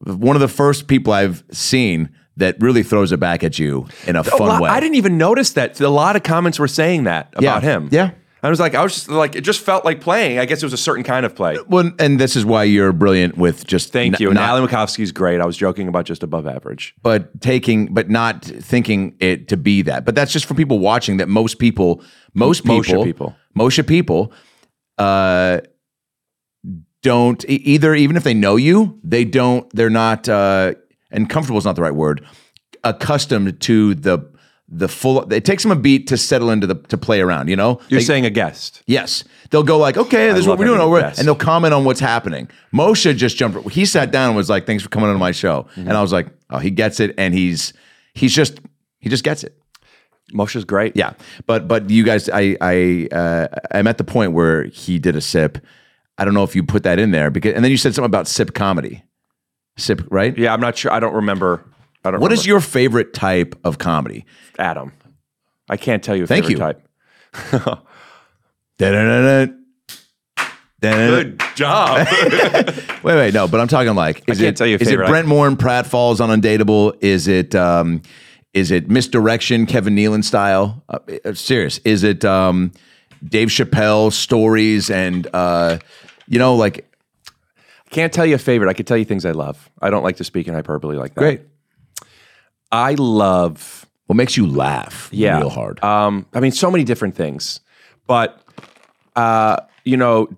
One of the first people I've seen that really throws it back at you in a
a
fun
lot-
way.
Oh, I didn't even notice that. A lot of comments were saying that about
Yeah.
him.
Yeah.
I was like, I was just like, it just felt like playing. I guess it was a certain kind of play.
Well, and this is why you're brilliant with just
Thank
n-
you. And
not-
Ali Makovsky's great. I was joking about just above average.
but taking, but not thinking it to be that. But that's just for people watching. That most people, most
Moshe
people,
people.
Moshe people, uh, don't e- either. Even if they know you, they don't. They're not. Uh, and comfortable is not the right word. Accustomed to the the full. It takes them a beat to settle into the to play around. You know,
You're
They-
saying a guest.
Yes. They'll go like, okay, this is what
love
we're doing.
having
Over,
guests.
and they'll comment on what's happening. Moshe just jumped. He sat down and was like, thanks for coming on my show.
Mm-hmm.
And I was like, oh, he gets it. And he's, he's just, he just gets it.
Moshe's great.
Yeah. But, but you guys, I, I, uh, I'm at the point where he did a sip. I don't know if you put that in there because, and then you said something about sip comedy. Sip, right?
Yeah. I'm not sure. I don't remember. I don't
What
remember.
is your favorite type of comedy?
Adam? I can't tell you a
Thank
favorite
you.
type.
Dun-dun-dun-dun. Dun-dun-dun.
Good job.
Wait, wait, no, but I'm talking like is
can't
it
tell you a
is it
favorite.
Brent Moore and Pratt Falls on Undateable? Is it um is it misdirection Kevin Nealon style? Uh, uh, serious. Is it um Dave Chappelle stories and uh you know like
Can't tell you a favorite. I could tell you things I love. I don't like to speak in hyperbole like that. Great. I love
what makes you laugh
yeah,
real hard.
Um, I mean, so many different things, but uh, you know,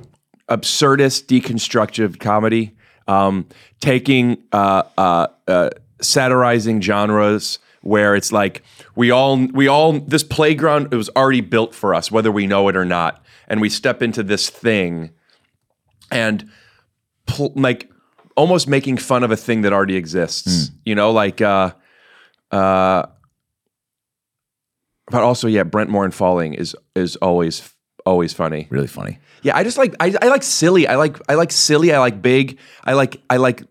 absurdist, deconstructive comedy, um, taking uh, uh, uh, satirizing genres where it's like we all we all this playground it was already built for us, whether we know it or not, and we step into this thing and pl- like almost making fun of a thing that already exists. You know, like uh, uh, but also yeah, Brent Morin falling is is always always funny.
Really funny.
Yeah, I just like I, I like silly. I like I like silly. I like big. I like I like.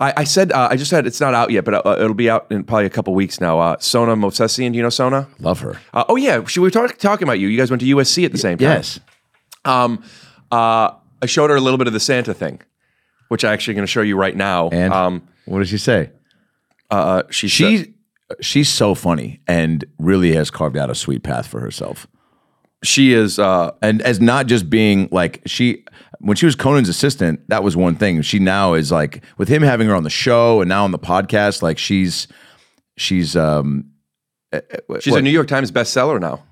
I, I said uh, I just said it's not out yet, but uh, it'll be out in probably a couple weeks now. Uh, Sona Mosesian, do you know Sona?
Love her.
Uh, oh yeah, she, we were talk, talking about you. You guys went to USC at the same time.
yes.
Um, uh, I showed her a little bit of the Santa thing, which I'm actually going to show you right now.
And
um,
what does she say?
uh, she
She she's so funny and really has carved out a sweet path for herself.
She is uh
and as not just being like she when she was Conan's assistant, that was one thing. She now is like with him having her on the show and now on the podcast, like she's she's um
she's a New York Times bestseller now.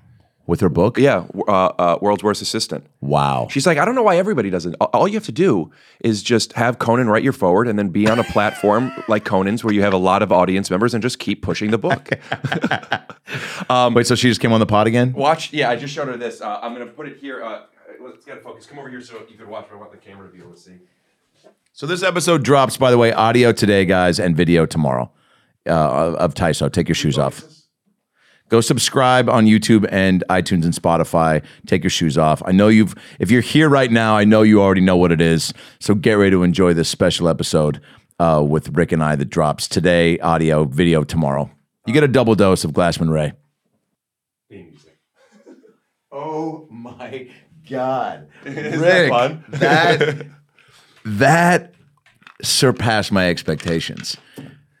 with her book.
Yeah, uh, uh, world's worst assistant.
Wow.
She's like, I don't know why everybody doesn't. All- All you have to do is just have Conan write your forward, and then be on a platform like Conan's where you have a lot of audience members, and just keep pushing the book.
Um, Wait, so she just came on the pod again?
Watch. Yeah, I just showed her this. Uh, I'm gonna put it here. Uh, let's get a focus. Come over here so you can watch. I want the camera to be able to see.
So this episode drops, by the way, audio today, guys, and video tomorrow uh, of of Tyso. Take your shoes off. Go subscribe on YouTube and iTunes and Spotify. Take your shoes off. I know you've, if you're here right now, I know you already know what it is. So get ready to enjoy this special episode uh, with Rick and I that drops today, audio, video tomorrow. You get a double dose of Glassman Ray. Oh my God. Rick, that, that surpassed my expectations.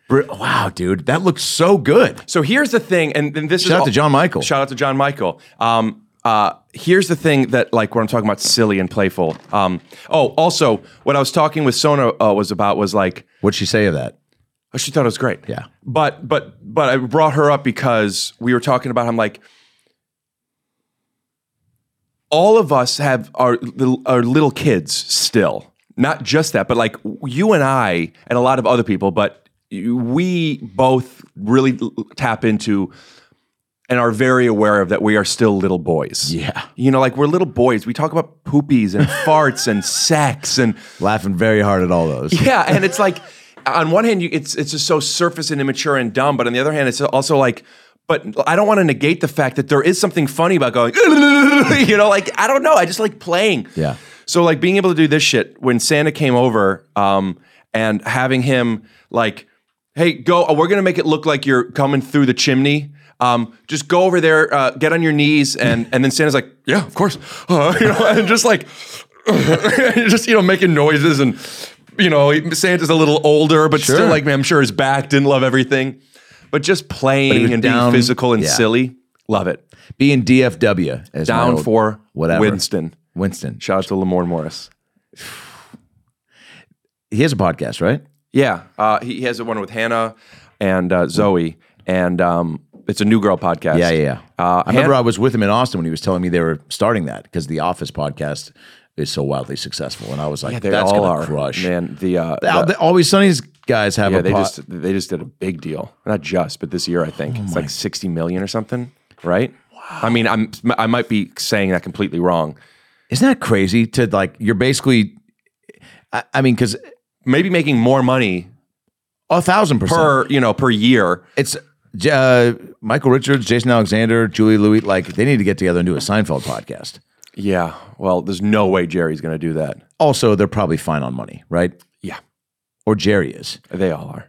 Br- Wow, dude, that looks so good.
So here's the thing, and, and this is
Shout out
all-
to John Michael.
Shout out to John Michael. Um, uh, here's the thing that like where I'm talking about silly and playful. Um, oh, also what I was talking with Sona uh, was about was like
What'd she say of that?
oh, she thought it was great.
Yeah.
But but but I brought her up because we were talking about I'm like all of us have our little, our little kids still. Not just that, but like you and I and a lot of other people, but you- we both really l- tap into and are very aware of that we are still little boys.
Yeah.
You know, like we're little boys. We talk about poopies and farts and sex and
Laughing very hard at all those.
yeah, and it's like on one hand, you, it's it's just so surface and immature and dumb, but on the other hand, it's also like. But I don't want to negate the fact that there is something funny about going, you know, like I don't know. I just like playing.
Yeah.
So like being able to do this shit when Santa came over, um, and having him like, hey, go. uh, We're gonna make it look like you're coming through the chimney. Um, just go over there, uh, get on your knees, and and then Santa's like, yeah, of course, uh, you know, and just like, just you know, making noises and. You know, Santa's a little older, but
Sure.
still, like, I'm sure his back didn't love everything. But just playing
was
and
down-
being physical and
yeah.
silly, love it.
Being DFW as my
Down
old-
for
whatever.
Winston.
Winston.
Shout out to Lamorne Morris.
He has a podcast, right?
Yeah, uh, he he has one with Hannah and uh, Zoe, and um, it's a New Girl podcast.
Yeah, yeah, yeah.
Uh,
I remember
Han-
I was with him in Austin when he was telling me they were starting that because the Office podcast is so wildly successful, and I was like,
Yeah, they
"That's
all
gonna
are.
crush."
man. The, uh,
The-
the-
the Always Sunny's guys have
yeah,
a
they
pod-
just they just did a big deal, not just, but this year I think
Oh
it's like sixty million or something, right? Wow. I mean, I'm I might be saying that completely wrong.
Isn't that crazy? To like, you're basically, I, I mean, because
Maybe making more money
a thousand percent
per you know per year.
It's uh, Michael Richards, Jason Alexander, Julie Louis. Like, they need to get together and do a Seinfeld podcast.
Yeah, well, there's no way Jerry's going to do that.
Also, they're probably fine on money, right?
Yeah,
Or Jerry is.
they all are.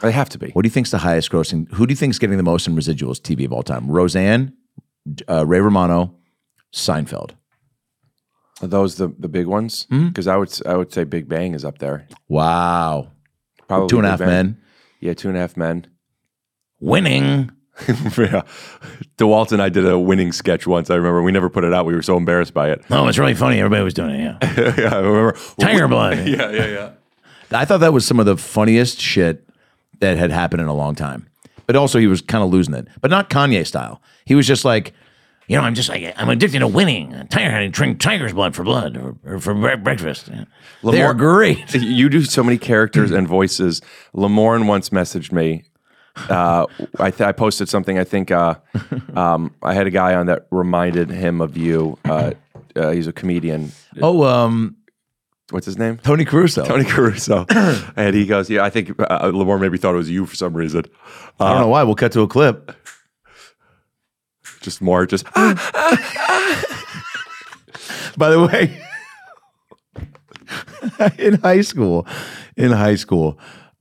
They have to be.
What do you think's the highest grossing? Who do you think's getting the most in residuals TV of all time? Roseanne, uh, Ray Romano, Seinfeld.
Are those the the big ones? Because I would s- I would say Big Bang is up there.
Wow,
Probably
two and
Big
a half
Bang.
men
Yeah, two and a half men.
winning.
yeah. DeWalt and I did a winning sketch once. I remember we never put it out. We were so embarrassed by it.
Oh, it's really funny. Everybody was doing it. Yeah.
yeah, I remember.
Tiger blood.
yeah, yeah, yeah.
I thought that was some of the funniest shit that had happened in a long time. But also, he was kind of losing it, but not Kanye style. He was just like, you know, I'm just like, I'm addicted to winning. I'm tired of drink tiger's blood for blood or, or for bre- breakfast. they are great.
You do so many characters and voices. Lamorne once messaged me. Uh, I, th- I posted something. I think uh, um, I had a guy on that reminded him of you. Uh, uh, he's a comedian.
Oh, um,
What's his name?
Tony Caruso.
Tony Caruso. and he goes, "Yeah, I think uh, Lamorne maybe thought it was you for some reason." Uh,
I don't know why. We'll cut to a clip.
Just more, just "Ah!"
By the way, in high school, in high school,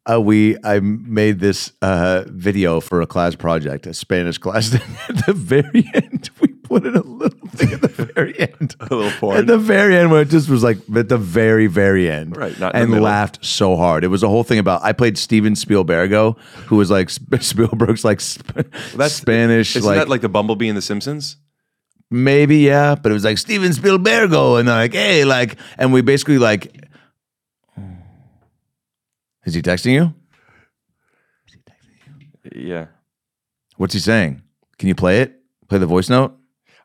uh, we I made this uh, video for a class project, a Spanish class. At the very end, we put in a little thing at the very end.
a little
At
porn.
the very end, where it just was like at the very, very end,
Right, not in the
and
middle.
laughed so hard. It was a whole thing about I played Steven Spielbergo, who was like Sp- Spielberg's like sp- Spanish,
Isn't that like the Bumblebee in The Simpsons?
Maybe, yeah. But it was like Steven Spielbergo. And they're like, hey, like, and we basically like, "Hmm. is he texting you?
Yeah.
What's he saying? Can you play it? Play the voice note?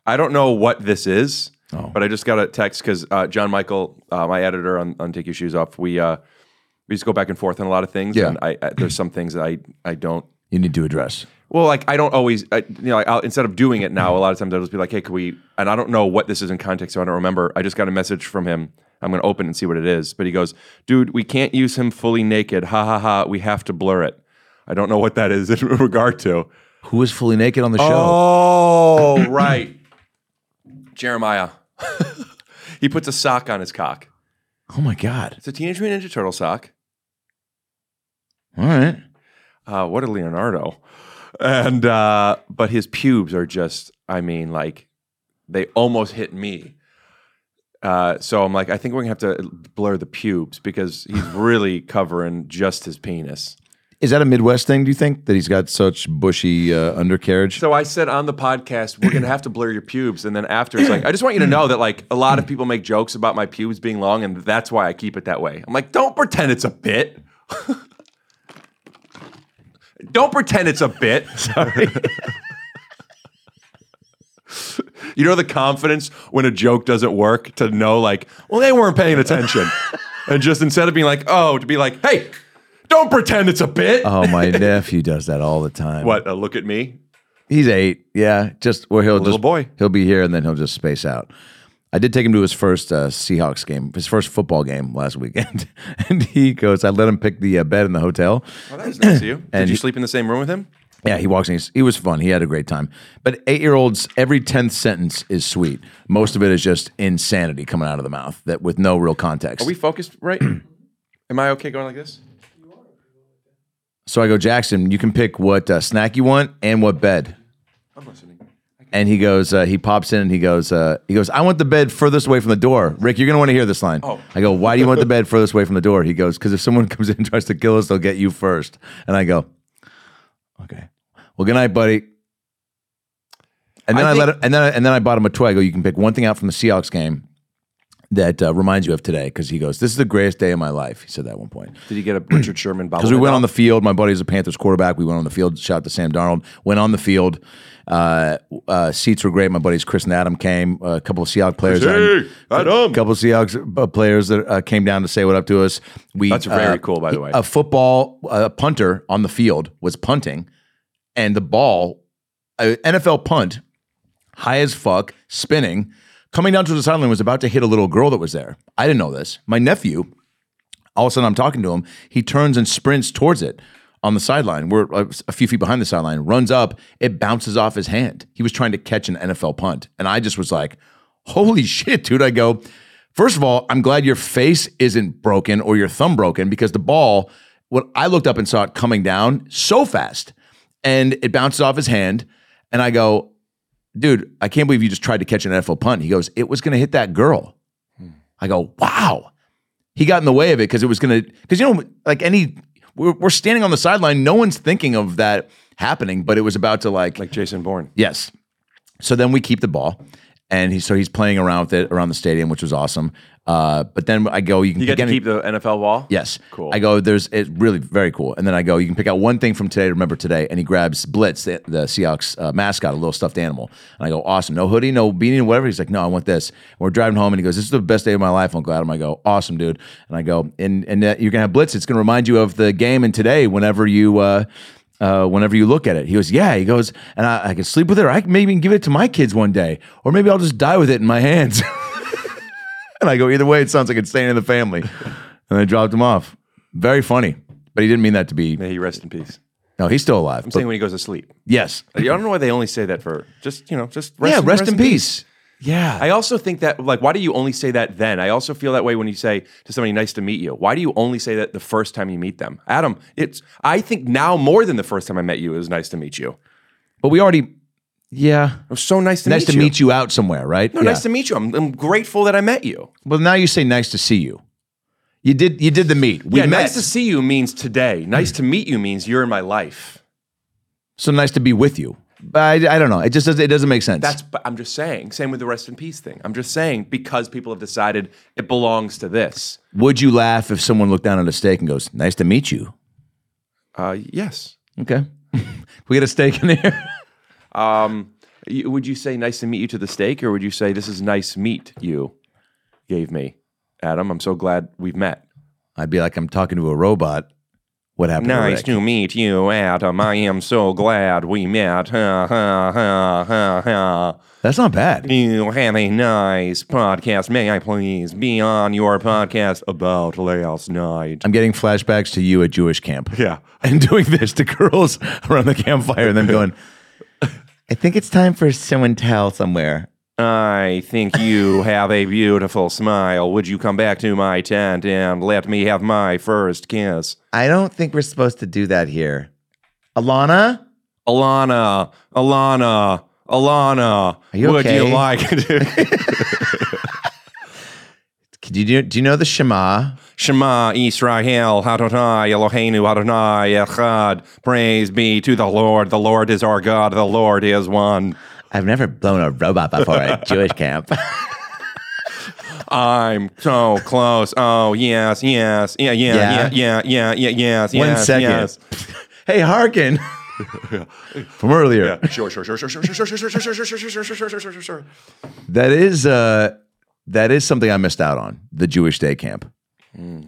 I don't know what this is,
Oh.
but I just got a text because uh, John Michael, uh, my editor on, on Take Your Shoes Off, we uh, we just go back and forth on a lot of things.
Yeah.
And I, I, there's some things that I, I don't.
You need to address.
Well, like I don't always, I, you know, I'll, instead of doing it now, a lot of times I'll just be like, "Hey, could we?" And I don't know what this is in context, so I don't remember. I just got a message from him. I'm going to open and see what it is. But he goes, "Dude, we can't use him fully naked. Ha ha ha. We have to blur it." I don't know what that is in regard to.
Who is fully naked on the show?
Oh, right. Jeremiah. he puts a sock on his cock.
Oh my God.
It's a Teenage Mutant Ninja Turtle sock.
All right.
Uh, what a Leonardo. And uh, but his pubes are just, I mean, like they almost hit me. Uh, so I'm like, I think we're gonna have to blur the pubes because he's really covering just his penis.
Is that a Midwest thing, do you think? That he's got such bushy uh, undercarriage?
So I said on the podcast, we're gonna have to blur your pubes, and then after it's like, I just want you to know that like a lot of people make jokes about my pubes being long, and that's why I keep it that way. I'm like, don't pretend it's a bit. don't pretend it's a bit. Sorry. you know the confidence when a joke doesn't work to know like, well, they weren't paying attention, and just instead of being like, oh, to be like, hey, don't pretend it's a bit.
oh, my nephew does that all the time.
What? A look at me.
He's eight. Yeah, just where he'll
Little
just-
boy.
He'll be here and then he'll just space out. I did take him to his first uh, Seahawks game, his first football game last weekend, and he goes. I let him pick the uh, bed in the hotel.
Oh, that was nice of you. Did
And
you
he-
sleep in the same room with him?
Yeah, he walks in. He's, he was fun. He had a great time. But eight year olds, every tenth sentence is sweet. Most of it is just insanity coming out of the mouth that with no real context.
Are we focused right? Am I okay going like this?
so I go, Jackson, you can pick what uh, snack you want and what bed.
I'm listening.
And he goes, uh, he pops in and he goes, uh, he goes, I want the bed furthest away from the door. Rick, you're gonna want to hear this line.
Oh.
I go, why do you want the bed furthest away from the door? He goes, because if someone comes in and tries to kill us, they'll get you first. And I go, okay, well, good night, buddy. And then
I
I, let
think-
him, and then I, and then I bought him a toy. I go, you can pick one thing out from the Seahawks game that uh, reminds you of today, because he goes, this is the greatest day of my life. He said that at one point.
Did he get a Richard Sherman bobblehead?
Because we went on
doll?
the field. My buddy's a Panthers quarterback. We went on the field, shot to Sam Darnold, went on the field. Uh, uh, seats were great. My buddies Chris and Adam came. a couple of Seahawks players.
Hey, Adam.
A couple of Seahawks uh, players that uh, came down to say what up to us. We uh,
That's very cool, by the way.
A football uh, punter on the field was punting, and the ball, a NFL punt, high as fuck, spinning, coming down to the sideline was about to hit a little girl that was there. I didn't know this. My nephew, all of a sudden I'm talking to him. He turns and sprints towards it on the sideline. We're uh, a few feet behind the sideline, runs up, it bounces off his hand. He was trying to catch an NFL punt. And I just was like, holy shit, dude. I go, first of all, I'm glad your face isn't broken or your thumb broken because the ball, when I looked up and saw it coming down so fast and it bounces off his hand. And I go, dude, I can't believe you just tried to catch an NFL punt. He goes, it was going to hit that girl.
Hmm.
I go, wow. He got in the way of it because it was going to, because you know, like any, we're, we're standing on the sideline. No one's thinking of that happening, but it was about to like like
Jason Bourne.
Yes. So then we keep the ball, and he so he's playing around with it around the stadium, which was awesome. Uh, but then I go, you can
You get
pick
to
any-
keep the NFL wall.
Yes.
Cool.
I go, there's it's really very cool. And then I go, you can pick out one thing from today to remember today. And he grabs Blitz, the, the Seahawks uh, mascot, a little stuffed animal. And I go, awesome. No hoodie, no beanie, whatever. He's like, no, I want this. And we're driving home and he goes, this is the best day of my life, Uncle Adam. I go, awesome, dude. And I go, and, and uh, you're going to have Blitz. It's going to remind you of the game and today whenever you. Uh, uh, whenever you look at it, he goes, Yeah. He goes, and I, I can sleep with it, or I can maybe even give it to my kids one day, or maybe I'll just die with it in my hands. And I go, either way, it sounds like it's staying in the family. And I dropped him off. Very funny. But he didn't mean that to be.
May he rest in peace.
No, he's still
I'm
alive. But-
saying when he goes to sleep.
yes.
I don't know why they only say that for just you know just rest
yeah, rest, in peace.
Yeah. I also think that like why do you only say that then? I also feel that way when you say to somebody nice to meet you. Why do you only say that the first time you meet them? Adam, it's I think now more than the first time I met you it was nice to meet you. It
But we already, yeah.
was so nice to
nice
meet
to
you.
meet you out somewhere, right?
No, nice to meet you. I'm, I'm grateful that I met you.
Well, now you say nice to see you. You did you did the meet. We
yeah,
met. Hmm.
nice to see you means today. Nice to meet you means you're in my life.
so nice to be with you. But I, I don't know. It just doesn't it doesn't make sense.
That's but I'm just saying. Same with the rest in peace thing. I'm just saying because people have decided it belongs to this.
Would you laugh if someone looked down at a steak and goes, Nice to meet you?
Uh, yes.
Okay. we got a steak in here.
Um, y- would you say nice to meet you to the steak, or would you say this is nice meat you gave me, Adam? I'm so glad we've met.
I'd be like, I'm talking to a robot. What happened?
Nice
to Rick?
to meet you, Adam. I am so glad we met. Ha ha ha ha ha.
That's not bad.
You have a nice podcast. May I please be on your podcast about last night?
I'm getting flashbacks to you at Jewish camp.
Yeah.
and doing this to girls around the campfire and then going, I think it's time for show and tell somewhere.
I think you have a beautiful smile. Would you come back to my tent and let me have my first kiss?
I don't think we're supposed to do that here. Alana?
Alana, Alana, Alana,
you
would
okay?
you like to
Could you do, do you know the Shema?
Shema Israel, Adonai Eloheinu, Adonai Echad, praise be to the Lord, the Lord is our God, the Lord is one.
I've never blown a robot before at Jewish camp.
I'm so close. Oh, yes, yes, yeah, yeah, yeah, yeah, yeah, yeah, yes,
One
yes,
second.
yes.
Hey, Harkin. From earlier.
Sure, sure, sure, sure, sure, sure, sure, sure, sure, sure, sure, sure, sure, sure, sure, sure, sure, sure.
That is uh that is something I missed out on, the Jewish day camp. Hmm.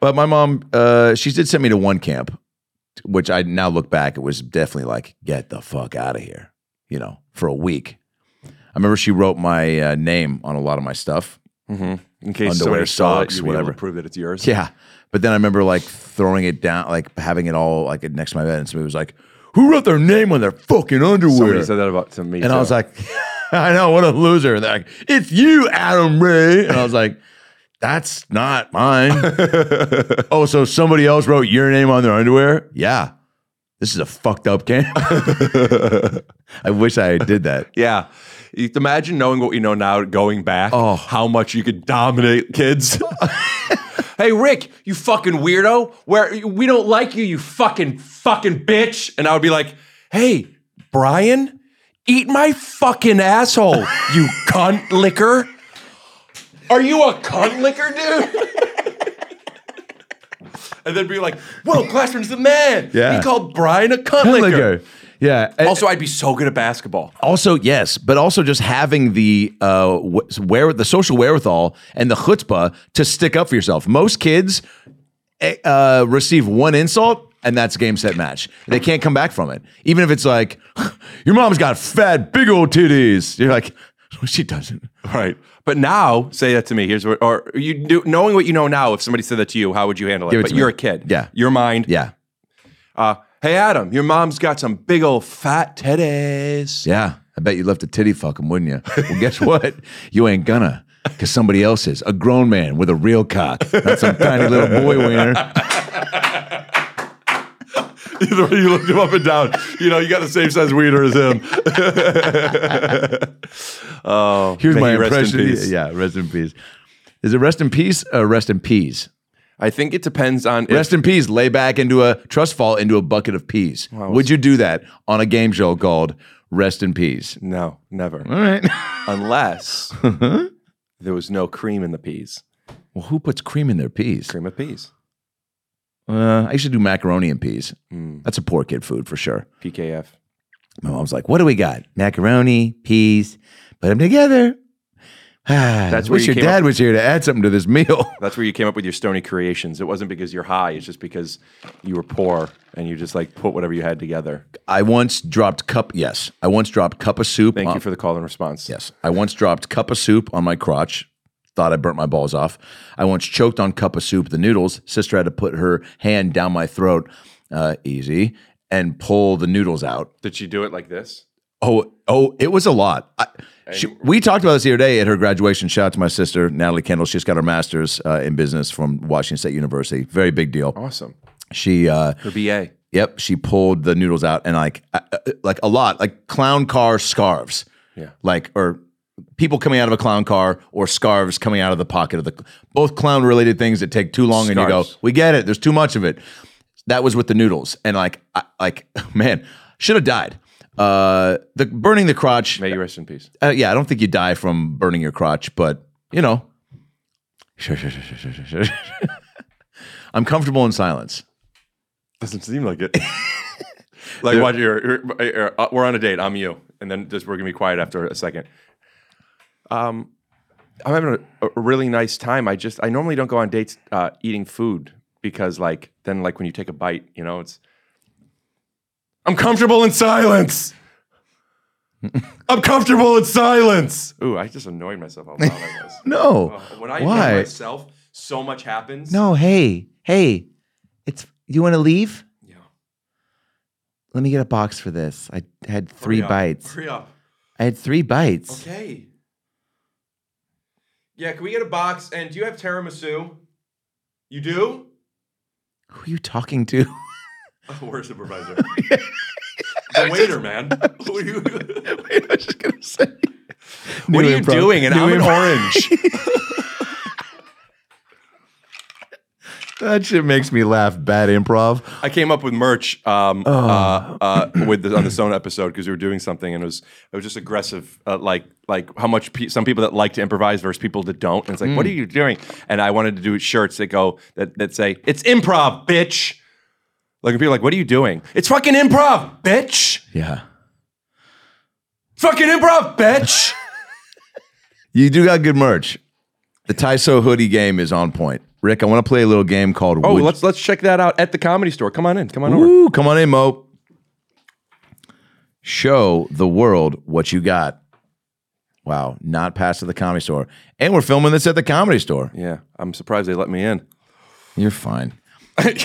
But my mom, uh, she did send me to one camp, which I now look back, it was definitely like, get the fuck out of here, you know, for a week. I remember she wrote my uh, name on a lot of my stuff.
In case
Underwear,
somebody saw it,
socks,
you'd be able to
whatever.
prove that it's yours.
Yeah. But then I remember like throwing it down, like having it all like next to my bed. And somebody was like, Who wrote their name on their fucking underwear?
Somebody said that about to me.
and I
too.
was like, I know, what a loser. And they're like, It's you, Adam Ray. And I was like, That's not mine. oh, so somebody else wrote your name on their underwear? Yeah. This is a fucked up game. I wish I did that.
Yeah. You- Imagine knowing what you know now, going back,
Oh.
how much you could dominate kids. hey, Rick, you fucking weirdo! Where we don't like you, you fucking fucking bitch! And I would be like, Hey, Brian, eat my fucking asshole, you cunt licker. Are you a cunt licker, dude? and then be like, Will Glassman's the man.
Yeah.
He called Brian a cunt licker.
Liquor. Yeah. And-
Also, I'd be so good at basketball.
Also, yes, but also just having the uh, wh- where the social wherewithal and the chutzpah to stick up for yourself. Most kids eh, uh, receive one insult, and that's game set match. They can't come back from it, even if it's like your mom's got fat, big old titties. You're like, "No, she doesn't.
Right. But now, say that to me. Here's what, or you do, knowing what you know now, if somebody said that to you, how would you handle it?
Give it
but
to me.
you're a kid.
Yeah.
Your mind.
Yeah,
Uh, hey, Adam, your mom's got some big old fat titties.
yeah. I bet you left a titty fucking, wouldn't you? Well, guess what? You ain't gonna. Cause somebody else is a grown man with a real cock, not some tiny little boy wiener.
the way you looked him up and down, you know, you got the same size wiener as him. oh,
Here's
may
my
he rest in Oh,
impression.
peace.
Yeah, rest in peace. Is it rest in peace or rest in peas?
I think it depends on.
Rest in peace. Lay back into a trust fall into a bucket of peas. Would you do that on a game show called Rest in Peas?
No, never.
All right.
Unless there was no cream in the peas.
Well, who puts cream in their peas?
Cream of peas.
Uh, I used to do macaroni and peas.
Mm.
That's a poor kid food for sure.
PKF.
My mom's like, "What do we got? Macaroni, peas. Put them together." Ah,
That's
That's
where
wish
you
your
came
dad
up-
was here to add something to this meal.
That's where you came up with your stony creations. It wasn't because you're high. It's just because you were poor and you just like put whatever you had together.
I once dropped cup. Yes, I once dropped cup of soup.
Thank
on-
you for the call and response.
Yes. I once dropped cup of soup on my crotch. Thought I burnt my balls off. I once choked on cup of soup, the noodles. Sister had to put her hand down my throat, uh, easy, and pull the noodles out.
Did she do it like this?
Oh, oh, it was a lot. I, she, we talked about this the other day at her graduation. Shout out to my sister, Natalie Kendall. She's got her master's uh, in business from Washington State University. Very big deal.
Awesome.
She uh,
Her BA.
Yep, she pulled the noodles out and like uh, uh, like a lot, like clown car scarves.
Yeah.
Like or people coming out of a clown car or scarves coming out of the pocket of the both clown related things that take too long and you
Scarves.
go, "We get it, there's too much of it." That was with the noodles and like I, like man, should have died. Uh the burning the crotch.
May you rest in peace.
Uh, yeah, I don't think you die from burning your crotch, but you know. Sure, sure, sure, sure, sure, sure, sure. I'm comfortable in silence.
Doesn't seem like it. like, watch, you're, you're, you're- uh, we're on a date. I'm you. And then just, we're going to be quiet after a second. Um, I'm having a, a really nice time. I just, I normally don't go on dates uh, eating food because, like, then, like, when you take a bite, you know, it's, I'm comfortable in silence. I'm comfortable in silence. Ooh, I just annoyed myself how loud I was.
No.
Oh, when I
Why?
annoy myself, so much happens.
No, hey, hey, it's you want to leave?
Yeah.
Let me get a box for this. I had three
Hurry up.
bites.
Hurry up.
I had three bites.
Okay. Yeah, can we get a box? And do you have tiramisu? You do?
Who are you talking to?
Oh, where's the supervisor? the waiter, man. Who are you?
I was just gonna say.
what are you doing? And I'm an orange.
That shit makes me laugh. Bad improv.
I came up with merch um, uh, uh, with the, on the Sona episode because we were doing something and it was it was just aggressive, uh, like like how much pe- some people that like to improvise versus people that don't. And it's like, what are you doing? And I wanted to do shirts that go that that say it's improv, bitch. Like and people are like, what are you doing? It's fucking improv, bitch.
Yeah.
Fucking improv, bitch.
You do got good merch. The Tyso hoodie game is on point. Rick, I want to play a little game called
oh,
Would-
let's let's check that out at the comedy store. Come on in. Come on over.
Ooh, come on in, Mo. Show the world what you got. Wow, not past to the comedy store. And we're filming this at the comedy store.
Yeah, I'm surprised they let me in.
You're fine.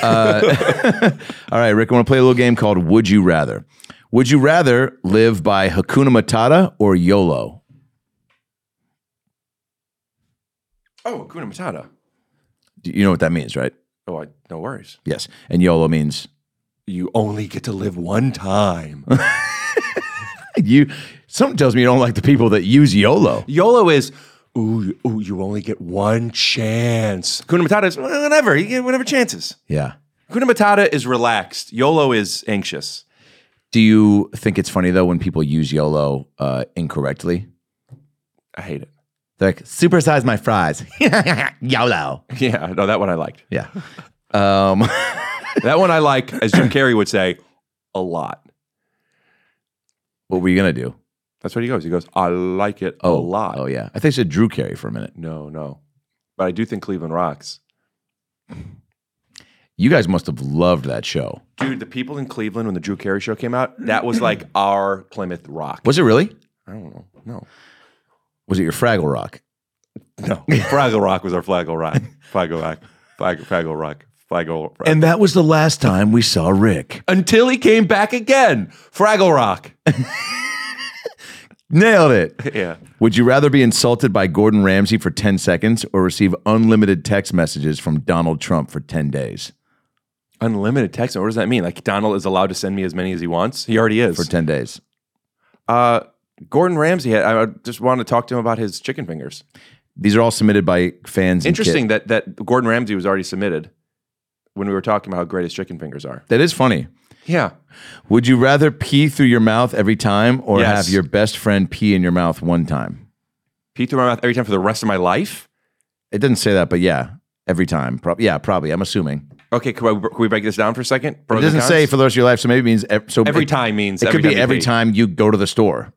Uh, all right, Rick, I want to play a little game called Would You Rather. Would you rather live by Hakuna Matata or YOLO?
Oh, Kuna Matata.
Do You know what that means, right?
Oh, I, no worries.
Yes. And YOLO means
You only get to live one time.
you. Something tells me you don't like the people that use YOLO.
YOLO is, ooh, ooh, you only get one chance. Kuna Matata is "Well, whatever. You get whatever chances.
Yeah.
Kuna Matata is relaxed. YOLO is anxious.
Do you think it's funny though when people use YOLO uh, incorrectly?
I hate it.
They're like, supersize my fries. YOLO.
Yeah, no, that one I liked.
Yeah. Um,
That one I like, as Jim Carrey would say, a lot.
what were you gonna do?
That's what he goes. He goes, I like it a lot.
Oh yeah. I think I said Drew Carey for a minute.
No, no. But I do think Cleveland rocks.
You guys must have loved that show.
Dude, the people in Cleveland when the Drew Carey show came out, that was like our Plymouth Rock.
Was it really?
I don't know. No.
Was it your Fraggle Rock?
No. Fraggle Rock was our Flaggle Rock. Flaggle Rock. Flag- Fraggle Rock. Flaggle Rock.
And that was the last time we saw Rick.
until he came back again. Fraggle Rock.
Nailed it.
yeah.
Would you rather be insulted by Gordon Ramsay for 10 seconds or receive unlimited text messages from Donald Trump for 10 days?
Unlimited text. What does that mean? Like Donald is allowed to send me as many as he wants. He already is.
For 10 days.
uh, Gordon Ramsay. I, I just wanted to talk to him about his chicken fingers.
These are all submitted by fans. and kids.
Interesting that that Gordon Ramsay was already submitted when we were talking about how great his chicken fingers are.
That is funny.
Yeah.
Would you rather pee through your mouth every time or
Yes.
have your best friend pee in your mouth one time?
Pee through my mouth every time for the rest of my life.
It doesn't say that, but yeah, every time. Prob- yeah, probably. I'm assuming.
Okay, can we, can we break this down for a second? Pros and
it doesn't
cons?
say for the rest of your life, so maybe it means ev- so
every
it-
time means
It
every
could be
time you
every
pee.
time you go to the store.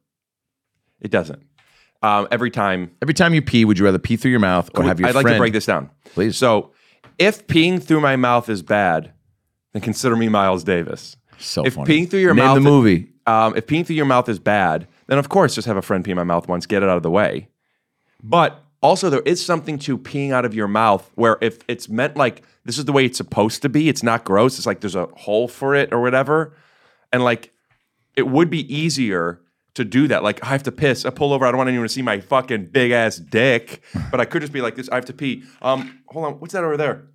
It doesn't. Um, every time.
Every time you pee, would you rather pee through your mouth or
Can we-
have your
I'd like to
friend-
break this down.
Please.
So, if peeing through my mouth is bad, then consider me Miles Davis.
So
if
funny.
peeing through your
Name
mouth
the movie.
um, if peeing through your mouth is bad, then of course just have a friend pee in my mouth once, get it out of the way. But also there is something to peeing out of your mouth where if it's meant like this is the way it's supposed to be, it's not gross. It's like there's a hole for it or whatever, and like it would be easier to do that. Like I have to piss, I pull over, I don't want anyone to see my fucking big ass dick, but I could just be like this. I have to pee. Um, hold on, what's that over there?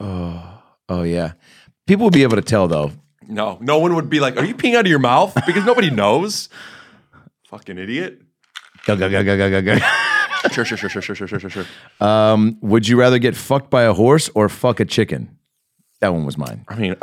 Oh, oh yeah. People would be able to tell though.
No, no one would be like, "Are you peeing out of your mouth?" Because nobody knows. Fucking idiot.
Go, go, go, go, go, go, go.
Sure, sure, sure, sure, sure, sure, sure, sure, sure.
um, would you rather get fucked by a horse or fuck a chicken? That one was mine.
I mean,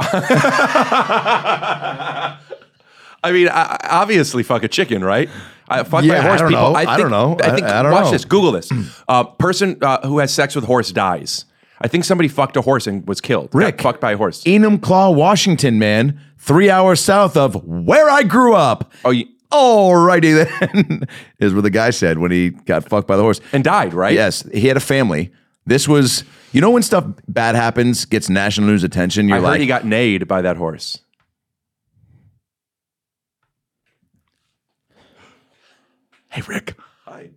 I mean, I, I- obviously, fuck a chicken, right? I fuck
Yeah,
my horse.
I don't
people,
know. I don't know.
I think.
I- I don't
watch
know.
this. Google this. Uh, person uh, who has sex with horse dies. I think somebody fucked a horse and was killed. Got
Rick.
fucked by a horse.
Enumclaw, Washington, man, three hours south of where I grew up.
Oh, you,
Alrighty then, is what the guy said when he got fucked by the horse.
and died, right?
Yes, he had a family. This was, you know, when stuff bad happens, gets national news attention.
I
You're
heard
like,
he got nayed by that horse.
hey, Rick,
Hi.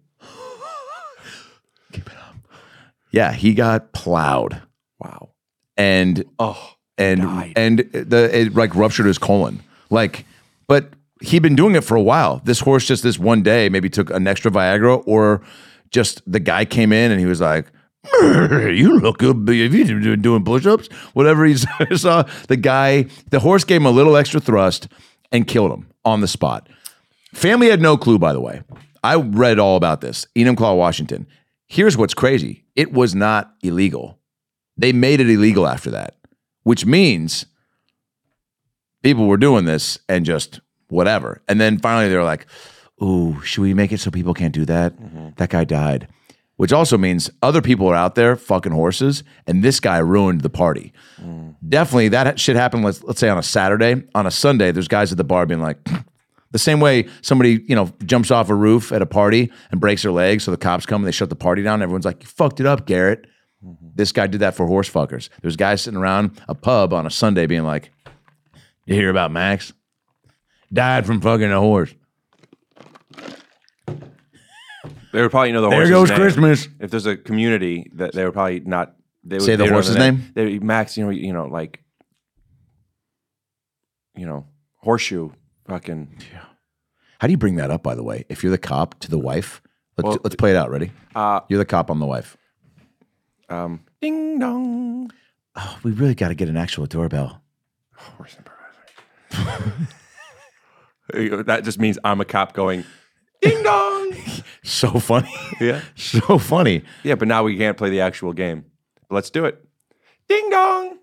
yeah, he got plowed,
Wow.
and
Oh,
and
died.
and the it like ruptured his colon. Like, but he'd been doing it for a while. This horse just this one day maybe took an extra Viagra, or just the guy came in and he was like. You look good. Have you been doing push-ups? Whatever he saw, the guy, the horse gave him a little extra thrust and killed him on the spot. Family had no clue, by the way. I read all about this. Enumclaw, Washington. Here's what's crazy: it was not illegal. They made it illegal after that, which means people were doing this and just whatever. And then finally they were like, "Ooh, should we make it so people can't do that? That guy died." Which also means other people are out there fucking horses, and this guy ruined the party. Definitely, that ha- shit happened. Let's let's say on a Saturday, on a Sunday, there's guys at the bar being like, the same way somebody you know jumps off a roof at a party and breaks their leg, so the cops come and they shut the party down. Everyone's like, "You fucked it up, Garrett." This guy did that for horse fuckers. There's guys sitting around a pub on a Sunday being like, you hear about Max? Died from fucking a horse.
They would probably know the
There
horse's
goes
name.
Christmas.
If there's a community that they would probably not they would,
Say the
they don't know
horse's name?
They would- Max, you know, you know, like, you know, horseshoe, fucking.
How do you bring that up, by the way? If you're the cop to the wife, let's
Well,
let's play it out. Ready?
Uh,
You're the cop. I'm the wife.
um, ding dong.
Oh, we really got to get an actual doorbell.
Horse improviser. that just means I'm a cop going, ding dong.
So funny.
yeah,
so funny.
yeah, but now we can't play the actual game. But let's do it. Ding dong.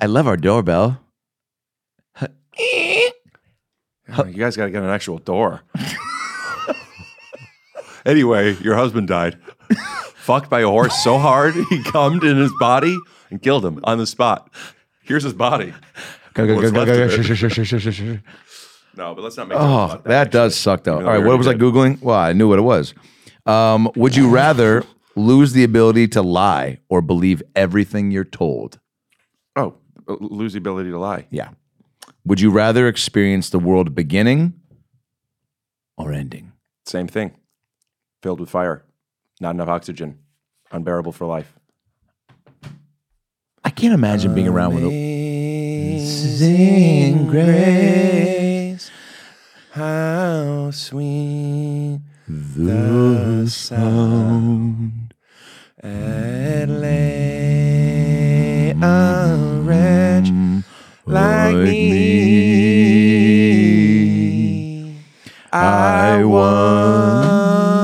I love our doorbell.
Oh, You guys got to get an actual door. anyway, your husband died. Fucked by a horse so hard he cummed in his body and killed him on the spot. Here's his body.
Go, go,
What's
go, go,
left
go,
of
go.
it.
Shh, shh, shh, shh, shh, shh, shh.
No, but let's not make. jokes
Oh,
about
that does
actually.
suck though. All
Even though
right,
we
what
already
was I
did.
googling? Well, I knew what it was. Um, would you rather lose the ability to lie or believe everything you're told?
Oh, lose the ability to lie.
Yeah. Would you rather experience the world beginning or ending?
Same thing. Filled with fire, not enough oxygen, unbearable for life.
I can't imagine being around with a
Amazing grace, how sweet the sound at lay a wretch
Mm-hmm.
like me. I
once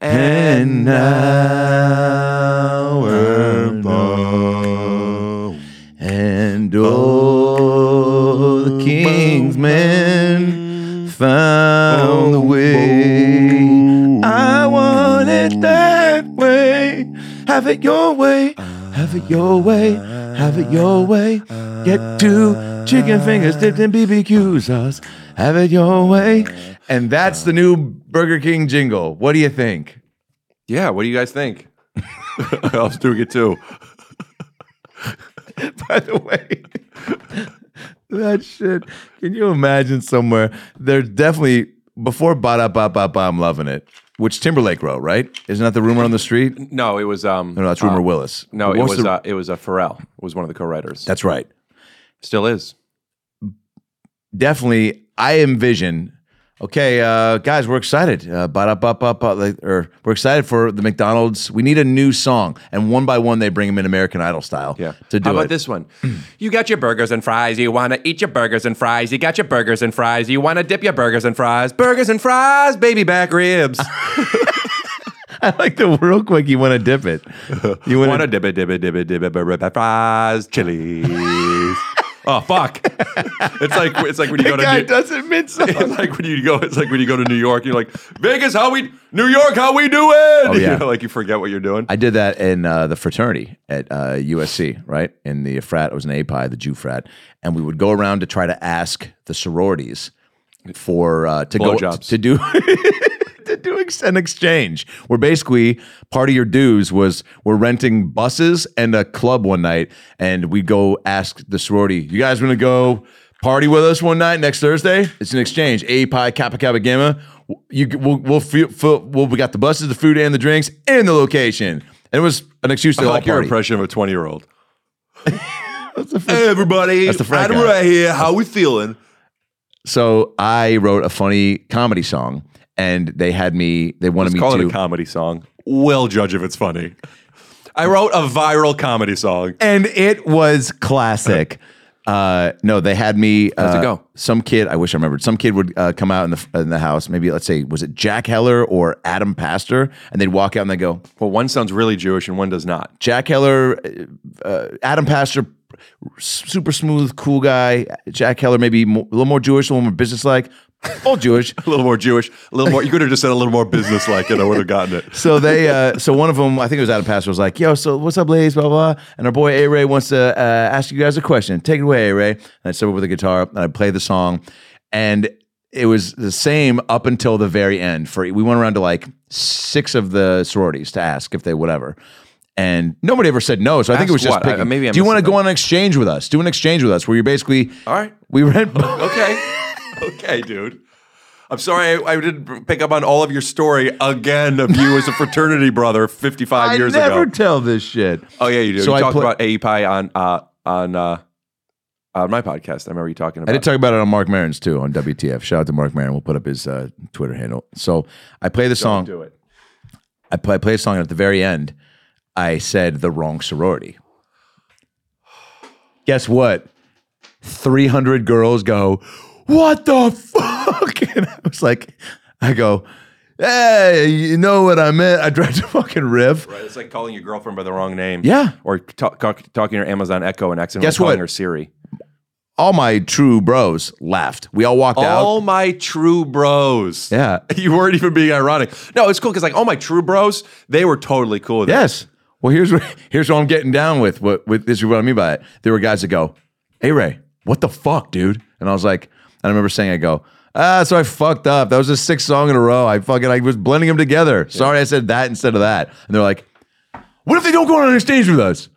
an hour more. And all the king's men found a way. I want it that way. Have it your way. Have it your way. Have it your way. Get two chicken fingers dipped in BBQ sauce. Have it your way. And that's the new Burger King jingle. What do you think?
Yeah, what do you guys think? I was doing it too.
By the way, that shit. Can you imagine somewhere? They're definitely before ba da ba ba ba. I'm loving it. Which Timberlake wrote, right? Isn't that the rumor on the street?
No, it was um.
No, no, it's Rumor
uh,
Willis.
No,
But
it
what's
was
the-
uh, it was a Pharrell. Was one of the co-writers.
That's right.
Still is.
Definitely, I envision. Okay, uh, guys, we're excited. Uh, ba da ba ba ba. like, Or we're excited for the McDonald's. We need a new song, and one by one they bring them in American Idol style.
Yeah.
to do
How about
it.
this one? you got your burgers and fries. You want to eat your burgers and fries. You got your burgers and fries. You want to dip your burgers and fries. Burgers and fries, baby back ribs.
I like the real quick. You want to dip it. You
want
want
to dip it, dip it, dip it, dip it, burger back fries, chilies. oh fuck! It's like it's like when you go
to.
to
Guy
New-
does it mid song.
it's like when you go it's like when you go to New York. You're like Vegas, how we New York, how we doing? Oh,
yeah.
like you forget what you're doing.
I did that in uh, the fraternity at uh, USC, right? In the frat, I was an A Pi, the Jew frat, and we would go around to try to ask the sororities for uh, to go
Blowjobs.
to do to do ex- an exchange. Where basically part of your dues was we're renting buses and a club one night, and we go ask the sorority, "You guys want to go?" Party with us one night next Thursday. It's an exchange. A Pi Kappa Kappa Gamma. You we'll we'll, feel, feel, we'll we got the buses, the food, and the drinks, and the location. And it was an excuse to
I
all
like your
party.
impression of a 20 year old.
Hey, everybody, that's the frat guy.
here. How we feeling?
So I wrote a funny comedy song, and they had me. They wanted
Let's
me
call
to
it a comedy song. We'll judge if it's funny. I wrote a viral comedy song.
and it was classic. Uh, no, they had me.
How's it
uh,
go?
Some kid, I wish I remembered. Some kid would uh, come out in the in the house. Maybe let's say was it Jack Heller or Adam Pastor, and they'd walk out and they go,
Well, one sounds really Jewish and one does not.
Jack Heller, uh, uh, Adam Pastor, super smooth, cool guy. Jack Heller, maybe mo- a little more Jewish, a little more business like, all Jewish.
A little more Jewish, a little more. You could have just said a little more business like, and I would have gotten it.
So they, uh, so one of them, I think it was Adam Pastor, was like, "Yo, so what's up, ladies?" Blah blah. blah. And our boy A Ray wants to uh, ask you guys a question. Take it away, A Ray. And I step up with a guitar and I play the song, and it was the same up until the very end. For we went around to like six of the sororities to ask if they whatever. And nobody ever said no, so I think
Ask
it was just
what? I-
picking.
maybe I
Do you
missed
want to
it
go
then.
on an exchange with us? Do an exchange with us where you're basically
All right.
we rent.
Okay. Okay, dude. I'm sorry I, I didn't pick up on all of your story again of you as a fraternity brother 55
I
years
never
ago.
tell this shit.
oh, yeah, you do.
So
you
I
talked
pla-
about AEPI on, uh, on, uh, on my podcast. I remember you talking about
I did talk about it on Mark Marin's too on WTF. Shout out to Mark Marin. We'll put up his uh, Twitter handle. So I play the
Don't
song.
do it.
I play, I play a song, and at the very end, I said the wrong sorority. Guess what? 300 girls go, What the fuck? And I was like, I go, Hey, you know what I meant? I tried to fucking riff.
Right, it's like calling your girlfriend by the wrong name.
Yeah.
Or talk, talk, talking to your Amazon Echo and accidentally
Guess
calling
what?
her Siri.
All my true bros laughed. We all walked
All
out.
my true bros.
Yeah.
You weren't even being ironic. No, it's cool because like all my true bros, they were totally cool. with it.
Yes. Well, here's what here's what I'm getting down with. What with this is what I mean by it. There were guys that go, "Hey Ray, what the fuck, dude?" And I was like, and I remember saying, "I go, ah, so I fucked up. That was a sixth song in a row. I fucking I was blending them together. Sorry, I said that instead of that." And they're like, "What if they don't go on an exchange with us?"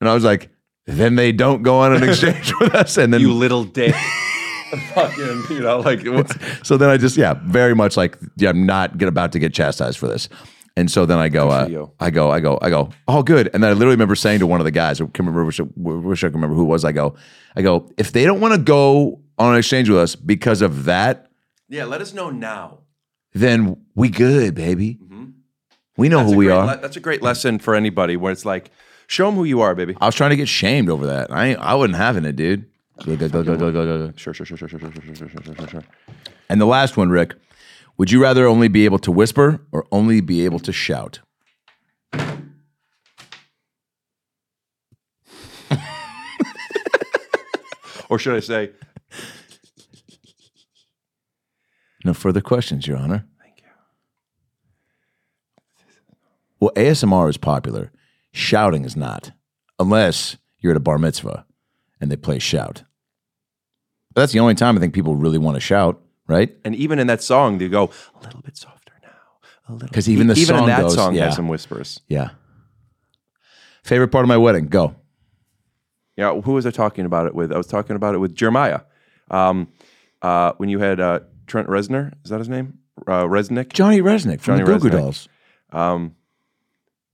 And I was like, "Then they don't go on an exchange with us." And then
You little dick. Fucking, you know, like it was-
so then I just yeah, very much like yeah, I'm not get, about to get chastised for this. And so then I go,
Good for
uh,
you.
I go, I go, I go. All good. And then I literally remember saying to one of the guys, I can remember, wish, I- wish I could remember who it was. I go, I go. If they don't want to go on an exchange with us because of that,
yeah. Let us know now.
then we good, baby. We know
Mm-hmm. That's
who
a
we
great
are.
le- that's a great lesson for anybody where it's like, show them who you are, baby.
I was trying to get shamed over that. I ain't, I wasn't having it, dude. Go, go, go, go, go, go, go, go.
Sure, sure, sure, sure, sure, sure, sure, sure, sure, sure, sure, sure.
And the last one, Rick. Would you rather only be able to whisper or only be able to shout?
or should I say,
No further questions, Your Honor. Thank you. Well, ASMR is popular. Shouting is not, unless you're at a bar mitzvah and they play shout. But that's the only time I think people really want to shout, right?
and even in that song, they go a little bit softer now, a little. e-"
'Cause even the
even
song
in that
goes-
song
yeah.
has some whispers.
Yeah. Favorite part of my wedding? Go.
Yeah, who was I talking about it with? I was talking about it with Jeremiah. Um, uh, when you had uh, Trent Reznor, is that his name? Uh, Resnick.
Johnny Resnick from
Johnny
the Goo Goo
Resnick.
Dolls.
Um,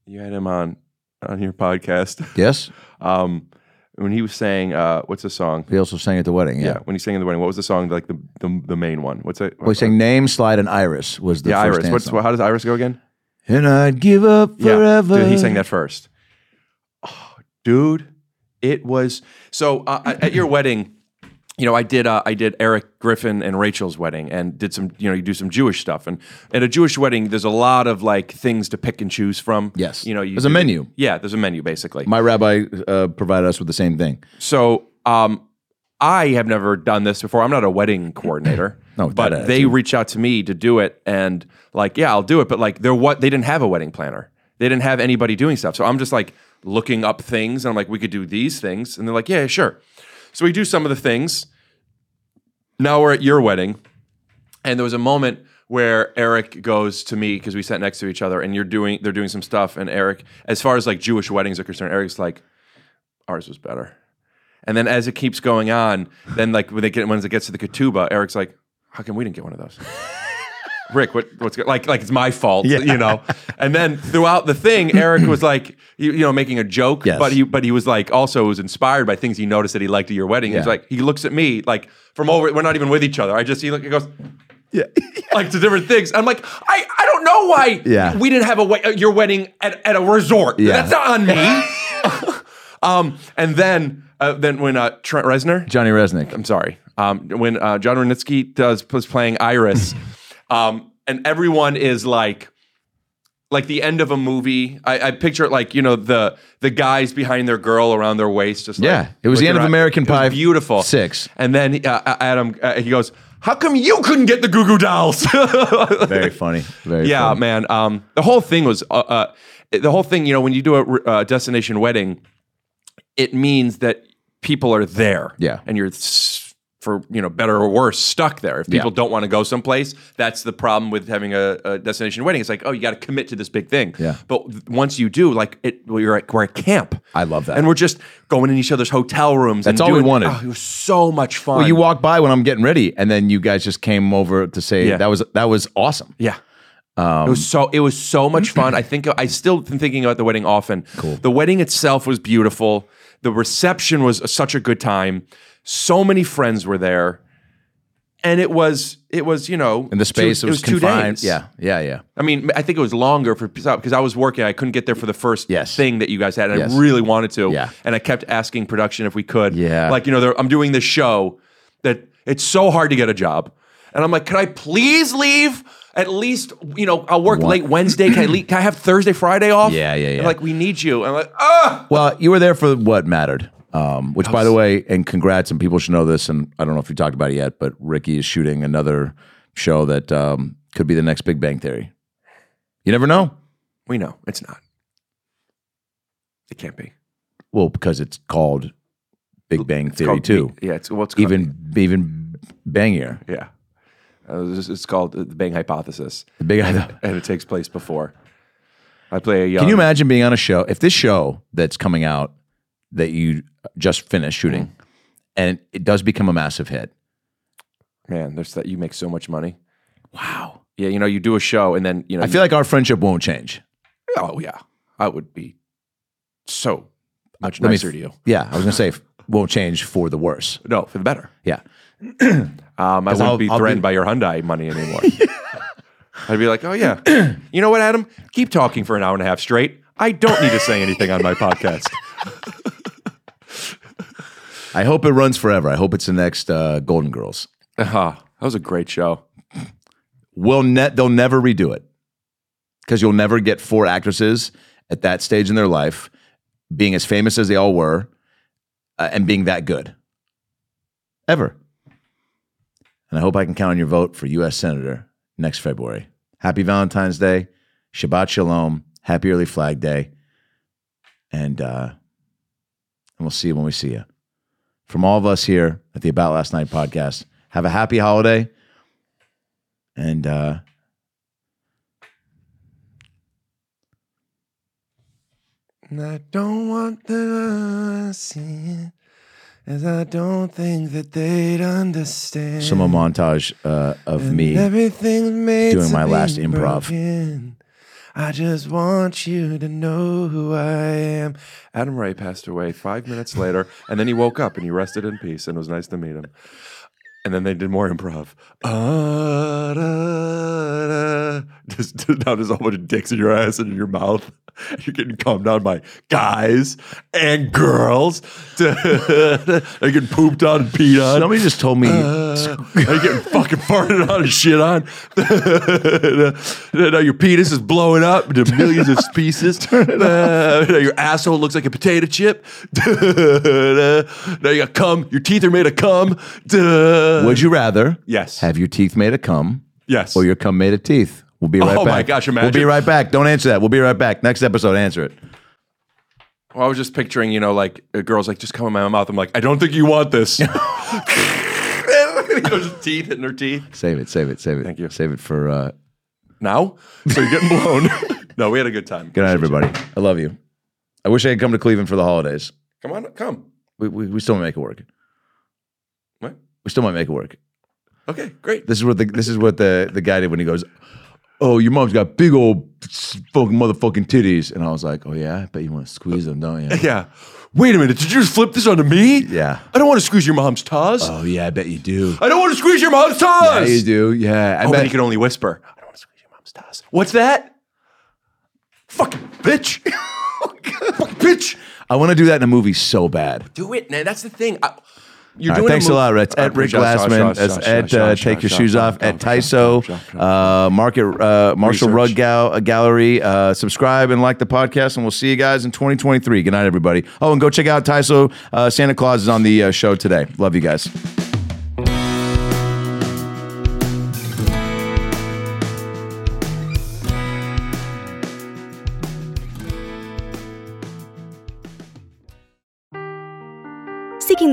you had him on on your podcast.
Yes.
Um, when he was saying, uh, what's the song?
He also sang at the wedding. Yeah.
when he sang in the wedding, what was the song? Like the the, the main one. What's it?
Well, he sang Name, Slide, and Iris was the
yeah,
first
Iris.
dance
What's
song.
how does Iris go again?
And I'd give up forever.
Yeah, dude, he sang that first. Oh, dude, it was so uh, at- at your wedding. You know, I did uh, I did Eric Griffin and Rachel's wedding, and did some you know you do some Jewish stuff, and at a Jewish wedding, there's a lot of like things to pick and choose from.
Yes.
you know, you
There's a
do-
menu.
Yeah, there's a menu basically.
My rabbi uh, provided us with the same thing.
So um, I have never done this before. I'm not a wedding coordinator.
No, with that
but they
attitude.
reached out to me to do it, and like, yeah, I'll do it. But like, they're what they didn't have a wedding planner. They didn't have anybody doing stuff. So I'm just like looking up things, and I'm like, we could do these things, and they're like, yeah, sure. So we do some of the things. Now we're at your wedding, and there was a moment where Eric goes to me because we sat next to each other, and you're doing they're doing some stuff, and Eric, as far as like Jewish weddings are concerned, Eric's like, ours was better. And then as it keeps going on, then like when they get when it gets to the ketubah, Eric's like, "How come we didn't get one of those?" Rick, what, what's go- like like it's my fault, you know. And then throughout the thing, Eric was like, you, you know, making a joke,
Yes.
but he but he was like also was inspired by things he noticed that he liked at your wedding. He's
Yeah.
like, he looks at me like from over. We're not even with each other. I just he, look, he goes. Yeah, like to different things. I'm like, I, I don't know why
Yeah.
we didn't have a we- uh, your wedding at, at a resort.
Yeah.
That's not on me. um, and then uh, then when uh, Trent Reznor,
Johnny Resnick.
I'm sorry. Um, when uh, John Renitsky does was playing Iris, um, and everyone is like, like the end of a movie. I, I picture it like you know the the guys behind their girl around their waist. Just
Yeah,
like,
it was the end of
looking around.
American
It was
Pie
Beautiful
six.
And then uh, Adam uh, he goes, "How come you couldn't get the Goo Goo Dolls?"
Very funny. Very
yeah,
funny.
man. Um, the whole thing was uh, uh, the whole thing. You know, when you do a re- uh, destination wedding, it means that people are there.
Yeah.
and you're s- for you know better or worse stuck there. If people
Yeah.
don't want to go someplace, that's the problem with having a, a destination wedding. It's like, oh, you got to commit to this big thing.
Yeah.
but th- once you do, like it, well, you're at, we're at camp.
I love that.
and we're just going in each other's hotel rooms. and
That's all we
doing-
wanted.
Oh, it was so much fun.
Well, you walked by when I'm getting ready, and then you guys just came over to say
Yeah.
that was that was awesome.
Yeah. it
Um,
was so it was so much fun. I think I still been thinking about the wedding often. Cool. The wedding itself was beautiful. The reception was such a good time. So many friends were there, and it was it was you know
In the space,
two-
it was, confined.
two days.
Yeah, yeah, yeah.
I mean I think it was longer for because I was working. I couldn't get there for the first
Yes.
thing that you guys had. And
Yes.
I really wanted to.
Yeah.
and I kept asking production if we could.
Yeah.
like you know they're- I'm doing this show that it's so hard to get a job, and I'm like, can I please leave? At least, you know, I'll work
One-
late Wednesday. Can I, le- can I have Thursday, Friday off?
Yeah, yeah,
They're
yeah.
like, we need you. I'm like, ah.
Well, you were there for what mattered. Um, which, by the way, and congrats, and people should know this. And I don't know if you talked about it yet, but Ricky is shooting another show that um, could be the next Big Bang Theory. You never know.
We know it's not. It can't be.
Well, because it's called Big Bang
It's
Theory
called-
too.
Yeah, it's what's called,
Even even bangier.
Yeah, Uh, it's, it's called the Bang Hypothesis,
The big idea.
and it takes place before. I play a young.
Can you imagine being on a show if this show that's coming out that you just finished
Mm.
shooting and it does become a massive hit?
Man, there's that you make so much money. Wow. Yeah, you know, you do a show, and then you know,
I feel like our friendship won't change.
oh yeah, I would be so much
Let me-
nicer to you.
Yeah, I was gonna say f- won't change for the worse.
No, for the better.
Yeah,
Um, I
'Cause
wouldn't
I'll-
be
I'll
threatened
be-
by your Hyundai money anymore. I'd be like, oh yeah, you know what, Adam? Keep talking for an hour and a half straight. I don't need to say anything on my podcast.
I hope it runs forever. I hope it's the next uh, Golden Girls.
Ah, that was a great show.
Will net they'll never redo it because you'll never get four actresses at that stage in their life being as famous as they all were uh, and being that good. ever. And I hope I can count on your vote for U.S. Senator next February. Happy Valentine's Day. Shabbat Shalom. Happy Early Flag Day. And, uh, and we'll see you when we see you. From all of us here at the About Last Night podcast, have a happy holiday. And uh,
And I don't want them to see it, as I don't think that they'd understand.
some montage uh, of
And
Mm. me.
everything's made
doing
to
my
be
last improv.
broken. I just want you to know who I am. Adam Ray passed away five minutes later, and then he woke up and he rested in peace, and it was nice to meet him. And then they did more improv. Uh, da, da. Just, now there's a whole bunch of dicks in your ass and in your mouth. You're getting calmed down by guys and girls. They're getting pooped on and peed on.
Uh, Somebody just told me. Uh,
Are you getting fucking farted on and shit on? now your penis is blowing up into millions of pieces. Uh, now your asshole looks like a potato chip. now you got cum. Your teeth are made of cum.
Would you rather?
Yes.
Have your teeth made of cum?
Yes.
Or your cum made of teeth? We'll be
Oh
right back.
my gosh, imagine.
We'll be right back. Don't answer that. We'll be right back. Next episode, answer it.
Well, I was just picturing, you know, like a girl's like, just come in my mouth. I'm like, I don't think you want this. Just teeth hitting her teeth.
Save it, save it, save it. Thank you. Save it for uh
Now? So you're getting blown. no, we had a good time.
good night, everybody. I love you. I wish I had come to Cleveland for the holidays.
Come on, come.
We, we, we still might make it work.
What?
We still might make it work.
Okay, great.
This is what the this is what the, the guy did when he goes, Oh, your mom's got big old s- fucking motherfucking titties. And I was like, Oh yeah, I bet you want to squeeze them, don't you?
Yeah. Wait a minute. Did you just flip this onto me?
Yeah.
I don't want to squeeze your mom's toes.
Oh yeah, I bet you do.
I don't want to squeeze your mom's
Yeah,
toes.
you do. Yeah. I
oh, then
bet
he could only whisper. I don't want to squeeze your mom's toes. What's that? Fucking bitch. Fucking bitch.
Oh, I want to do that in a movie so bad.
Do it, man. That's the thing. I, you're
All right,
doing
thanks a,
mov-
lot, Rich.
I
At Rick
appreciate it. Josh,
Glassman,
Josh,
as
Josh,
at
Josh,
uh,
Josh,
Take Your
Josh,
Shoes
Josh,
Off, at
Josh, Josh,
Tyso,
Josh, Josh, Josh.
uh, Market uh, Marshall Rug
Research.
Gal- Gallery. Uh, subscribe and like the podcast, and we'll see you guys in 2023. Good night, everybody. Oh, and go check out Tyso. Uh, Santa Claus is on the uh, show today. Love you guys.
Seeking